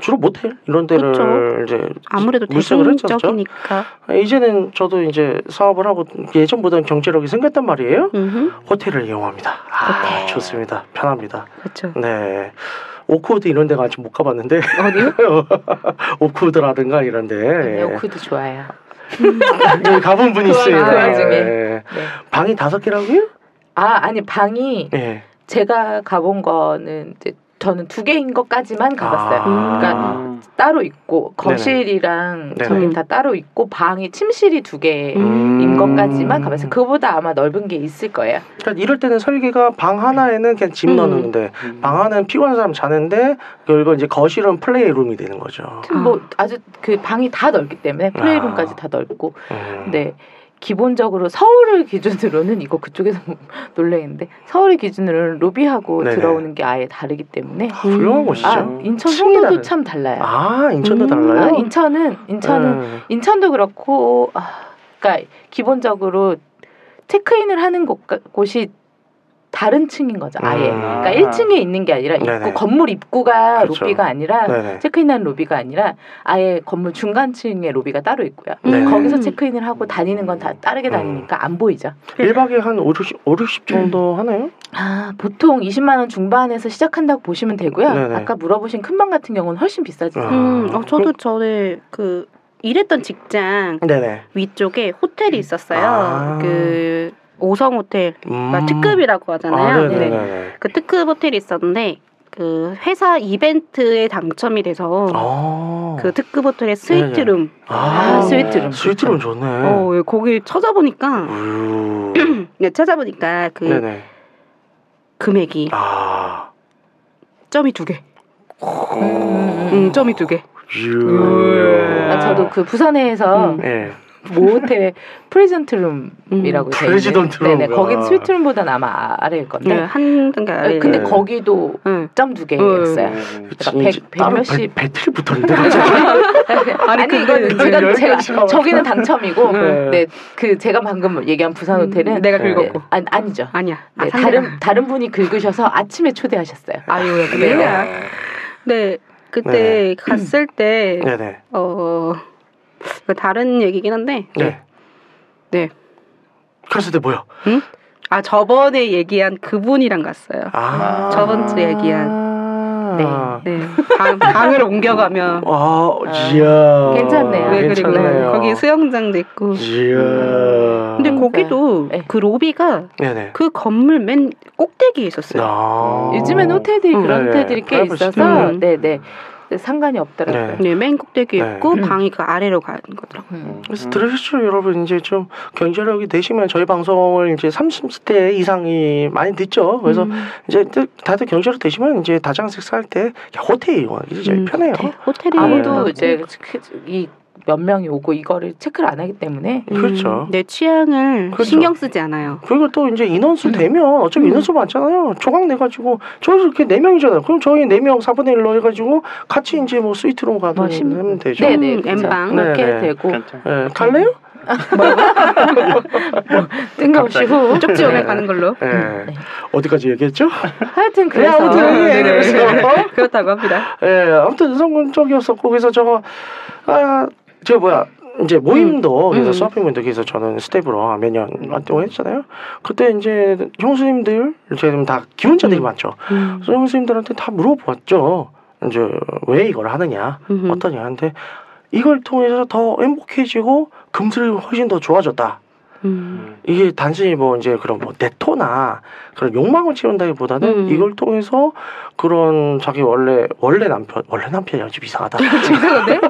D: 주로 모텔 이런 데를
I: 음. 그쵸.
D: 이제
I: 아무래도
D: 물색을 했었죠.
I: 대중적이니까.
D: 이제는 저도 이제 사업을 하고 예전보다는 경제력이 생겼단 말이에요.
I: 음흠.
D: 호텔을 이용합니다. 아, 좋습니다. 편합니다.
I: 그렇죠.
D: 네. 오크우드 이런 데가 아직 못 가봤는데
F: 어디요?
D: 오크우드라든가 이런 데
F: 네,
D: 예.
F: 오크도 좋아요.
D: 여기 가본 분이
F: 그
D: 있습니다.
F: 와중에.
D: 예.
F: 네.
D: 방이 다섯 개라고요?
F: 아 아니 방이
D: 예.
F: 제가 가본 거는 이제 저는 두 개인 것까지만 가봤어요.
D: 아,
F: 그러니까
H: 음.
F: 따로 있고 거실이랑
D: 네네.
F: 저긴 다 따로 있고 방이 침실이 두 개인
D: 음.
F: 것까지만 가봤어요. 그보다 아마 넓은 게 있을 거예요.
D: 그러니까 이럴 때는 설계가 방 하나에는 그냥 집
F: 음.
D: 넣는데 아. 방 하나는 피곤한 사람 자는데 결국 이제 거실은 플레이룸이 되는 거죠.
F: 아무튼 뭐 아주 그 방이 다 넓기
D: 아.
F: 때문에 플레이룸까지 다 넓고
D: 음.
F: 네 기본적으로 서울을 기준으로는 이거 그쪽에서 뭐 놀래는데 서울을 기준으로는 로비하고
D: 네네.
F: 들어오는 게 아예 다르기 때문에
D: 아, 훌륭한 곳이죠.
F: 아
D: 아,
F: 인천
D: 층이 아,
F: 송도도
D: 다른-
F: 참 달라요.
D: 인천도
G: 음.
F: 아,
D: 달라요.
F: 인천은 인천은
D: 음.
F: 인천도 그렇고 아, 그러니까 기본적으로 체크인을 하는 곳, 곳이 다른 층인 거죠 아예
D: 음.
F: 그러니까 1층에 있는 게 아니라 입구
D: 네네.
F: 건물 입구가
D: 그렇죠.
F: 로비가 아니라
D: 네네.
F: 체크인한 로비가 아니라 아예 건물 중간층에 로비가 따로 있고요
D: 네.
F: 음, 거기서 체크인을 하고 다니는 건 다
D: 음.
F: 따르게 다니니까 안 보이죠
D: 1박에 한 5, 60, 5, 60 정도 하나요?
F: 아 보통 20만 원 중반에서 시작한다고 보시면 되고요
D: 네네.
F: 아까 물어보신 큰 방 같은 경우는 훨씬 비싸죠
D: 아,
I: 음, 어, 저도 전에 그 일했던 직장
D: 그럼- 네네.
I: 위쪽에 호텔이 있었어요.
D: 아.
I: 그 오성 호텔,
D: 음.
I: 그러니까 특급이라고
D: 아,
I: 하잖아요.
D: 네네네.
I: 네. 그 특급 호텔이 있었는데 그 회사 이벤트에 당첨이 돼서
D: 아.
I: 그 특급
D: 네네.
I: 호텔의 스위트룸,
F: 아, 스위트룸
D: 스위트룸 좋네.
I: 어, 예, 거기 찾아보니까
D: 우유.
I: 예, 찾아보니까 그
D: 네네.
I: 금액이
D: 아.
I: 점이 두 개,
F: 음, 음.
I: 음, 점이 두 개.
D: 유.
F: 아, 저도 그 부산에서
I: 음.
D: 예.
F: 모호텔의 프레젠트 룸이라고 돼 있는-
D: 음. 프레지던트 룸이야.
F: 네네
D: 아.
F: 거긴 스위트룸보다는 아마 아래일 건데 어,
I: 네, 한 단계 아래.
F: 근데
D: 네.
F: 거기도
I: 응.
F: 점 두 개였어요.
H: 음.
F: 그러니까 백- 백 몇십-
D: 배틀 붙었는데 갑자기.
F: 아니,
I: 근데-
F: 이거는 이건
D: 열
F: 제가
D: 개씩 나왔다.
F: 저기는 당첨이고
D: 네.
F: 네 그 제가 방금 얘기한 부산 호텔은
I: 내가
D: 네.
I: 긁었고
F: 아니, 아니죠.
I: 아니야.
F: 네,
I: 아, 상대가.
F: 다른 다른 분이 긁으셔서 아침에 초대하셨어요.
D: 예,
I: 아유
F: 네.
I: 그래야. 네 그때 갔을 때
D: 음. 네네.
I: 어. 이거 다른 얘기긴 한데
D: 네.
I: 네.
D: 그랬을 때 뭐야?
I: 아 저번에 얘기한 그분이랑 갔어요.
D: 아.
I: 저번 주에 얘기한.
D: 네.
I: 네 방, 방을 옮겨가며
D: 아,
F: 아.
D: 이야.
F: 괜찮네요.
I: 네, 그리고
D: 괜찮네요. 아,
I: 거기 수영장도 있고
D: 이야.
I: 근데 거기도
F: 네.
I: 그 로비가
D: 네네.
I: 그 건물 맨 꼭대기에 있었어요.
D: 아.
F: 요즘엔 호텔들이
I: 음.
F: 그런
D: 네,
F: 호텔들이 꽤
D: 프라이버시
F: 있어서
I: 때문에.
F: 네네 상관이 없더라고요.
D: 네.
I: 네, 맨 꼭대기에
D: 네.
I: 있고
F: 음.
I: 방이 그 아래로 가는 거더라고요.
F: 음.
D: 그래서 들으셨죠 여러분 이제 좀 경제력이 되시면 저희 방송을 이제 30대 이상이 많이 듣죠 그래서
I: 음.
D: 이제 또 다들 경제력 되시면 이제 다장식 살 때 호텔이 이제 제일
I: 음,
D: 편해요
I: 호텔, 호텔이
F: 아무도
I: 네.
F: 이제 그, 이 몇 명이 오고 이거를 체크를 안 하기 때문에
I: 음,
D: 그렇죠.
I: 내 취향을
D: 그렇죠.
I: 신경 쓰지 않아요.
D: 그리고 또 이제 인원수 되면 어차피
I: 음.
D: 인원수 많잖아요 조각 내가지고 저희 이렇게 네 명이잖아요 그럼 저희 네 명 4분의 1로 해가지고 같이 이제 뭐 스위트룸 가도
F: 뭐 심-
D: 하면 되죠 네.
F: 네, 네네
I: 음,
F: 그렇죠.
I: 엠빵.
F: 그렇게
D: 네네. 그러니까
F: 되고
H: 괜찮.
D: 갈래요?
F: 뜬금없이 후
I: 쪽지 오면
F: 네.
I: 가는 걸로.
D: 예.
F: 네.
D: 어디까지 얘기했죠? 네,
F: 하여튼 그래서
D: 아무튼 예,
I: 네, 네.
D: 그래서
I: 그렇다고 합니다.
D: 예, 아무튼 인성적이었었고 그래서 저거 아, 저 뭐야 이제 모임도 그래서
I: 음.
D: 수업이면도 그래서 저는 스텝으로 매년 활동을 했잖아요. 그때 이제 형수님들 지금 다 기혼자들이
I: 음.
D: 많죠. 그래서 형수님들한테 다 물어보았죠. 이제 왜 이걸 하느냐,
I: 음.
D: 어떠냐 하는데 이걸 통해서 더 행복해지고 금슬이 훨씬 더 좋아졌다.
I: 음.
D: 이게 단순히 뭐 이제 그런 뭐 내토나 그런 욕망을 채운다기보다는
I: 음.
D: 이걸 통해서 그런 자기 원래 원래 남편 원래 남편이 좀 이상하다.
I: 죄송한데?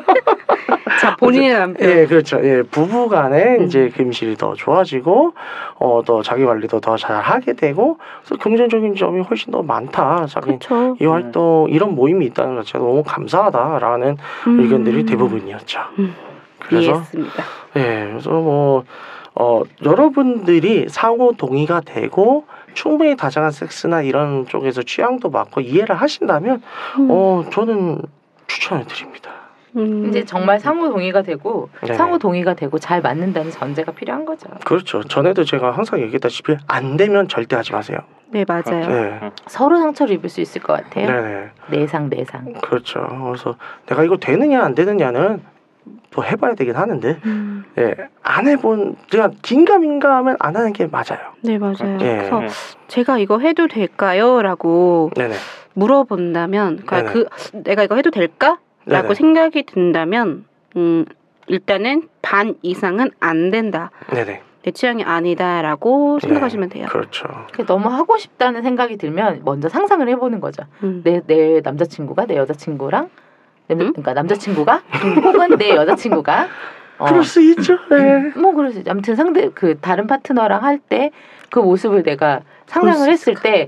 I: 자, 본인의 남편.
D: 예, 그렇죠. 예, 부부간에
I: 음.
D: 이제 금실이 더 좋아지고 어더 자기 관리도 더 잘하게 되고 그래서 긍정적인 점이 훨씬 더 많다. 자기
I: 그렇죠.
D: 이 활동 이런 모임이 있다는 것 자체가 너무 감사하다라는 예, 의견들이 대부분이었죠.
I: 음.
D: 그래서
I: 이해했습니다.
D: 예, 그래서 뭐, 어, 여러분들이 상호 동의가 되고, 충분히 다양한 섹스나 이런 쪽에서 취향도 맞고 이해를 하신다면,
I: 음.
D: 어, 저는 추천을 드립니다.
I: 음.
F: 이제 정말 상호 동의가 되고
D: 네네.
F: 상호 동의가 되고 잘 맞는다는 전제가 필요한 거죠.
D: 그렇죠. 전에도 제가 항상 얘기했다시피, 안 되면 절대 하지 마세요.
I: 네, 맞아요.
D: 네.
F: 서로 상처를 입을 수 있을 것 같아요.
D: 네네.
F: 내상 내상.
D: 그렇죠. 그래서 내가 이거 되느냐, 안 되느냐는 뭐 해봐야 되긴 하는데,
I: 음.
D: 예, 안 해본, 그냥 긴가민가 하면 안 하는 게 맞아요.
I: 네, 맞아요.
D: 예.
I: 그래서 제가 이거 해도 될까요? 라고
D: 네네.
I: 물어본다면, 그러니까
D: 네네.
I: 그, 내가 이거 해도 될까? 라고
D: 네네.
I: 생각이 든다면, 음, 일단은 반 이상은 안 된다.
D: 네네.
I: 내 취향이 아니다라고
D: 네.
I: 생각하시면 돼요.
D: 그렇죠.
F: 그러니까 너무 하고 싶다는 생각이 들면 먼저 상상을 해보는 거죠.
D: 그 네.
I: 음.
F: 내, 내 남자친구가 내 여자친구랑 내,
I: 음?
F: 그러니까 남자친구가 혹은 내 여자친구가 어,
D: 그럴 수 있죠. 네.
F: 뭐 그럴 수 있지. 아무튼 상대 그 다른 파트너랑 할 때 그 모습을 내가 상상을 했을 때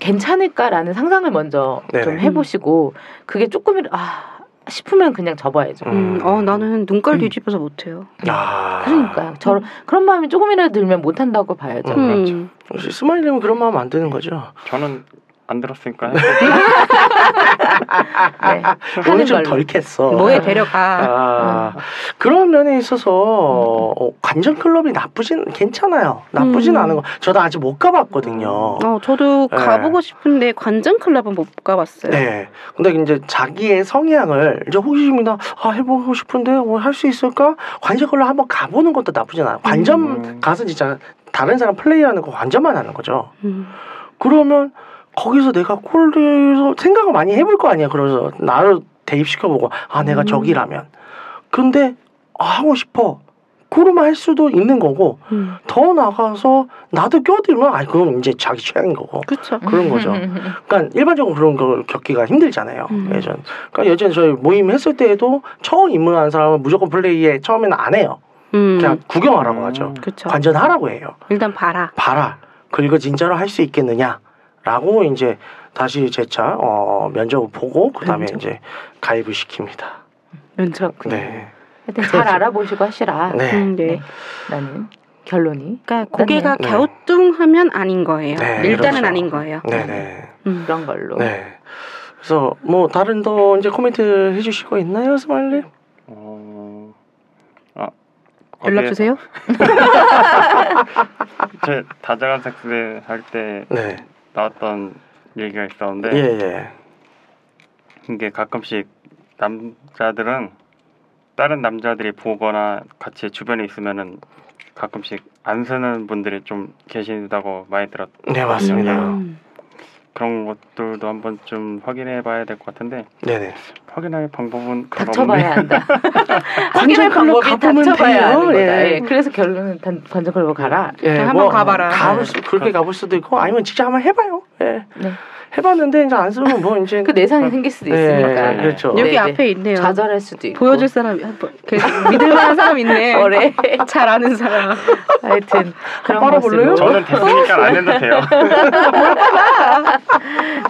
F: 괜찮을까라는 상상을 먼저 좀
D: 네네.
F: 해보시고 그게 조금이라 아 싶으면 그냥 접어야죠.
I: 음, 어 나는 눈깔
F: 음.
I: 뒤집어서 못해요.
D: 아.
F: 그러니까 저 그런 마음이 조금이라도 들면 못한다고 봐야죠.
D: 음. 그렇죠.
I: 음.
D: 스마일님은 그런 마음 안 드는 거죠.
H: 저는 안 들었으니까 해볼게요.
D: 아,
F: 네.
D: 오늘 좀
F: 걸로.
D: 덜 캤어.
I: 뭐에 데려가?
D: 아, 그런 면에 있어서 어, 관전 클럽이 나쁘진 괜찮아요. 나쁘진
I: 음.
D: 않은 거. 저도 아직 못 가봤거든요.
I: 어 저도
D: 네.
I: 가보고 싶은데 관전 클럽은 못 가봤어요.
D: 네. 근데 이제 자기의 성향을 이제 호기심이나 아, 해보고 싶은데 할 수 있을까? 관전 클럽 한번 가보는 것도 나쁘진 않아요. 관전
H: 음.
D: 가서 진짜 다른 사람 플레이하는 거 관전만 하는 거죠.
I: 음.
D: 그러면 거기서 내가 콜드에서 생각을 많이 해볼 거 아니야. 그래서 나를 대입시켜보고 아 내가
I: 음.
D: 저기라면. 근데 아, 하고 싶어. 그러면 할 수도 있는 거고
I: 음.
D: 더 나가서 나도 껴들면 아 그건 이제 자기 취향인 거고
F: 네.
I: 그렇죠.
D: 그런 거죠. 그러니까 일반적으로 그런 걸 겪기가 힘들잖아요.
I: 음.
D: 예전. 그러니까 예전 저희 모임 했을 때에도 처음 입문하는 사람은 무조건 플레이에 처음에는 안 해요.
I: 음.
D: 그냥 구경하라고
H: 음.
D: 하죠.
I: 그렇죠.
D: 관전하라고 해요.
I: 일단 봐라.
D: 봐라. 그리고 진짜로 할 수 있겠느냐라고 이제 다시 재차 어, 면접을 보고 그다음에
I: 면접.
D: 이제 가입을 시킵니다.
I: 면접.
D: 네.
F: 하여튼 잘 알아보시고 하시라.
D: 네.
I: 음, 네.
F: 라는 결론이
I: 그러니까 고개가
D: 네.
I: 갸우뚱하면 아닌 거예요.
D: 네,
I: 일단은
D: 그렇죠.
I: 아닌 거예요.
D: 네, 네.
I: 음.
F: 그런 걸로.
D: 네. 그래서 뭐 다른 더 이제 코멘트 해 주실 거 있나요, 스마일리?
H: 어, 아,
D: 네.
I: 연락 주세요.
D: 어.
H: 제 다자간 섹스 할 때
D: 네.
H: 나왔던 얘기가 있었는데
D: 예, 예.
H: 이게 가끔씩 남자들은 다른 남자들이 보거나 같이 주변에 있으면은 가끔씩 안 쓰는 분들이 좀 계신다고 많이 들었
D: 네, 맞습니다.
I: 음.
H: 그런 것들도 한번 좀 확인해 봐야 될 것 같은데
D: 네, 네.
H: 확인할 방법은 그건
F: 닥쳐봐야
H: 없네.
F: 한다.
D: 관전
F: 확인할
D: 걸로
F: 방법이
D: 가보면 돼요.
F: 닥쳐봐야 하는 거다.
D: 예.
F: 예. 그래서 결론은 단, 관전 걸로 가라.
D: 예,
I: 한번 가봐라.
D: 가볼 수, 그렇게 가볼 수도 있고 아니면 진짜 한번 해 봐요. 예.
F: 네.
D: 해 봤는데 이제 안 쓰면 뭐 이제
F: 그 내상이 생길 수도
D: 예,
F: 있으니까.
D: 그렇죠.
I: 여기
F: 네, 네.
I: 앞에 있네요.
F: 좌절할 수도 있고.
I: 보여줄 사람이 한번 그 믿을만한 사람 있네.
F: 거래.
I: 잘 아는 사람.
F: 하여튼 그런
D: 빨아볼래요?
F: 모습으로.
H: 저는 됐으니까 안 해도 돼요.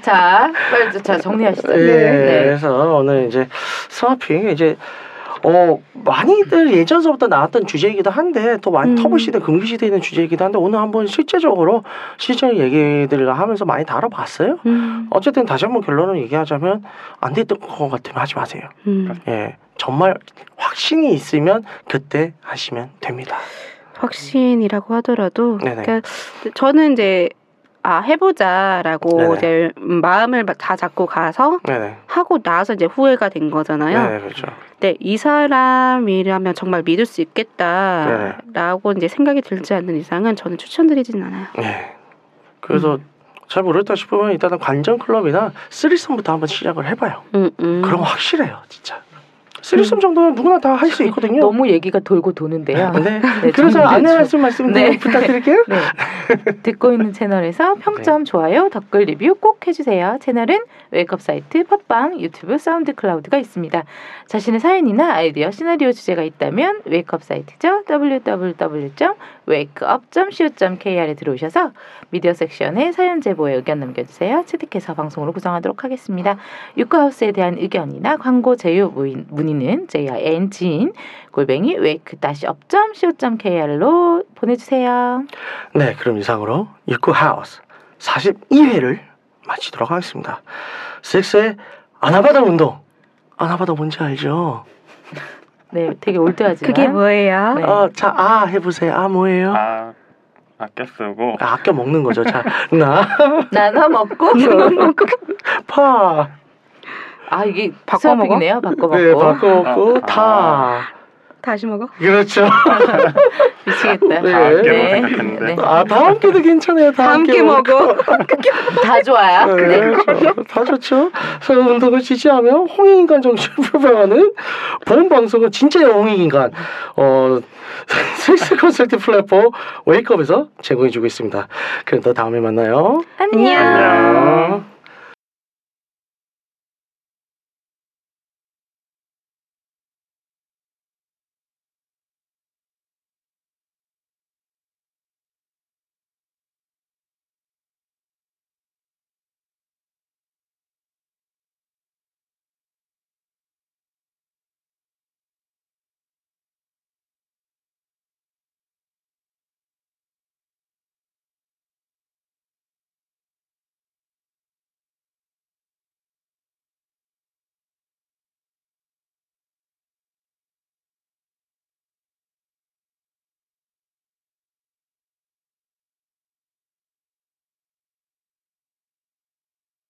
F: 자, 빨리 저- 자 정리하시죠.
D: 예,
F: 네.
D: 그래서 오늘 이제 스와핑 이제 어 많이들 예전서부터 나왔던 주제이기도 한데 또 많이
I: 음.
D: 터부시대 금기시대에 있는 주제이기도 한데 오늘 한번 실제적으로 실제 얘기들을 하면서 많이 다뤄봤어요.
I: 음.
D: 어쨌든 다시 한번 결론을 얘기하자면 안 됐던 것 같으면 하지 마세요.
I: 음.
D: 예, 정말 확신이 있으면 그때 하시면 됩니다.
I: 확신이라고 하더라도
D: 네네.
I: 그러니까 저는 이제 아 해보자라고
D: 네네.
I: 이제 마음을 다 잡고 가서
D: 네네.
I: 하고 나서 이제 후회가 된 거잖아요.
D: 네네 그렇죠.
I: 근데 이 사람이라면 정말 믿을
F: 아.
I: 수 있겠다라고 이제 생각이 들지 않는 이상은 저는 추천드리진 않아요.
D: 네. 그래서
F: 음.
D: 잘 모르겠다 싶으면 일단은 관전 클럽이나 쓰리썸부터 한번 시작을 해봐요.
I: 음, 음.
D: 그런 거 확실해요, 진짜. 쓰리썸 정도는 누구나 다 할 수 있거든요.
F: 음. 너무 얘기가 돌고 도는데요.
D: 네.
F: 네,
D: 그래서
F: 정말
D: 안내 말씀 말씀
F: 네.
D: 네. 부탁드릴게요.
F: 네. 듣고 있는 채널에서 평점, 좋아요, 댓글 리뷰 꼭 해주세요. 채널은 웨이크업 사이트, 팟빵, 유튜브, 사운드 클라우드가 있습니다. 자신의 사연이나 아이디어, 시나리오 주제가 있다면 웨이크업 사이트죠. www.wakeup.co.kr에 들어오셔서 미디어 섹션에 사연 제보에 의견 남겨주세요. 채택해서 방송으로 구성하도록 하겠습니다. 유쿠하우스에 대한 의견이나 광고 제휴 무인- 문의는 JING인 골뱅이 wake-up.co.kr로 보내주세요.
D: 네, 그럼 이상으로 육구 하우스 42회를 마치도록 하겠습니다. 섹스의 아나바다 운동. 아나바다 뭔지 알죠?
F: 네, 되게 올드하지만
I: 그게 뭐예요?
F: 네.
D: 어, 자, 아 해보세요. 아 뭐예요? 아.
H: 아, 아껴 쓰고
D: 아껴 먹는 거죠. 자, 나,
F: 나눠 먹고
D: 파,
F: 아 이게 바꿔
I: 바꿔
F: 먹이네요. 바꿔 먹고
D: 네, 바꿔 먹고
H: 아,
D: 타,
I: 다시 먹어.
D: 그렇죠.
F: 미치겠다.
D: 네.
H: 다 함께로
F: 네.
H: 생각했는데
F: 네.
D: 아, 다음 끼도 괜찮아요.
I: 다
D: 다음
I: 함께
D: 끼
I: 먹어.
F: 다 좋아요.
D: 네, 그렇죠. 다 좋죠. 서울 운동을 지지하며 홍익인간 정신을 표방하는 본 방송은 진짜 홍익인간 어 섹스 컨설팅 플랫폼 웨이크업에서 제공해주고 있습니다. 그럼 또 다음에 만나요.
F: 안녕.
H: 안녕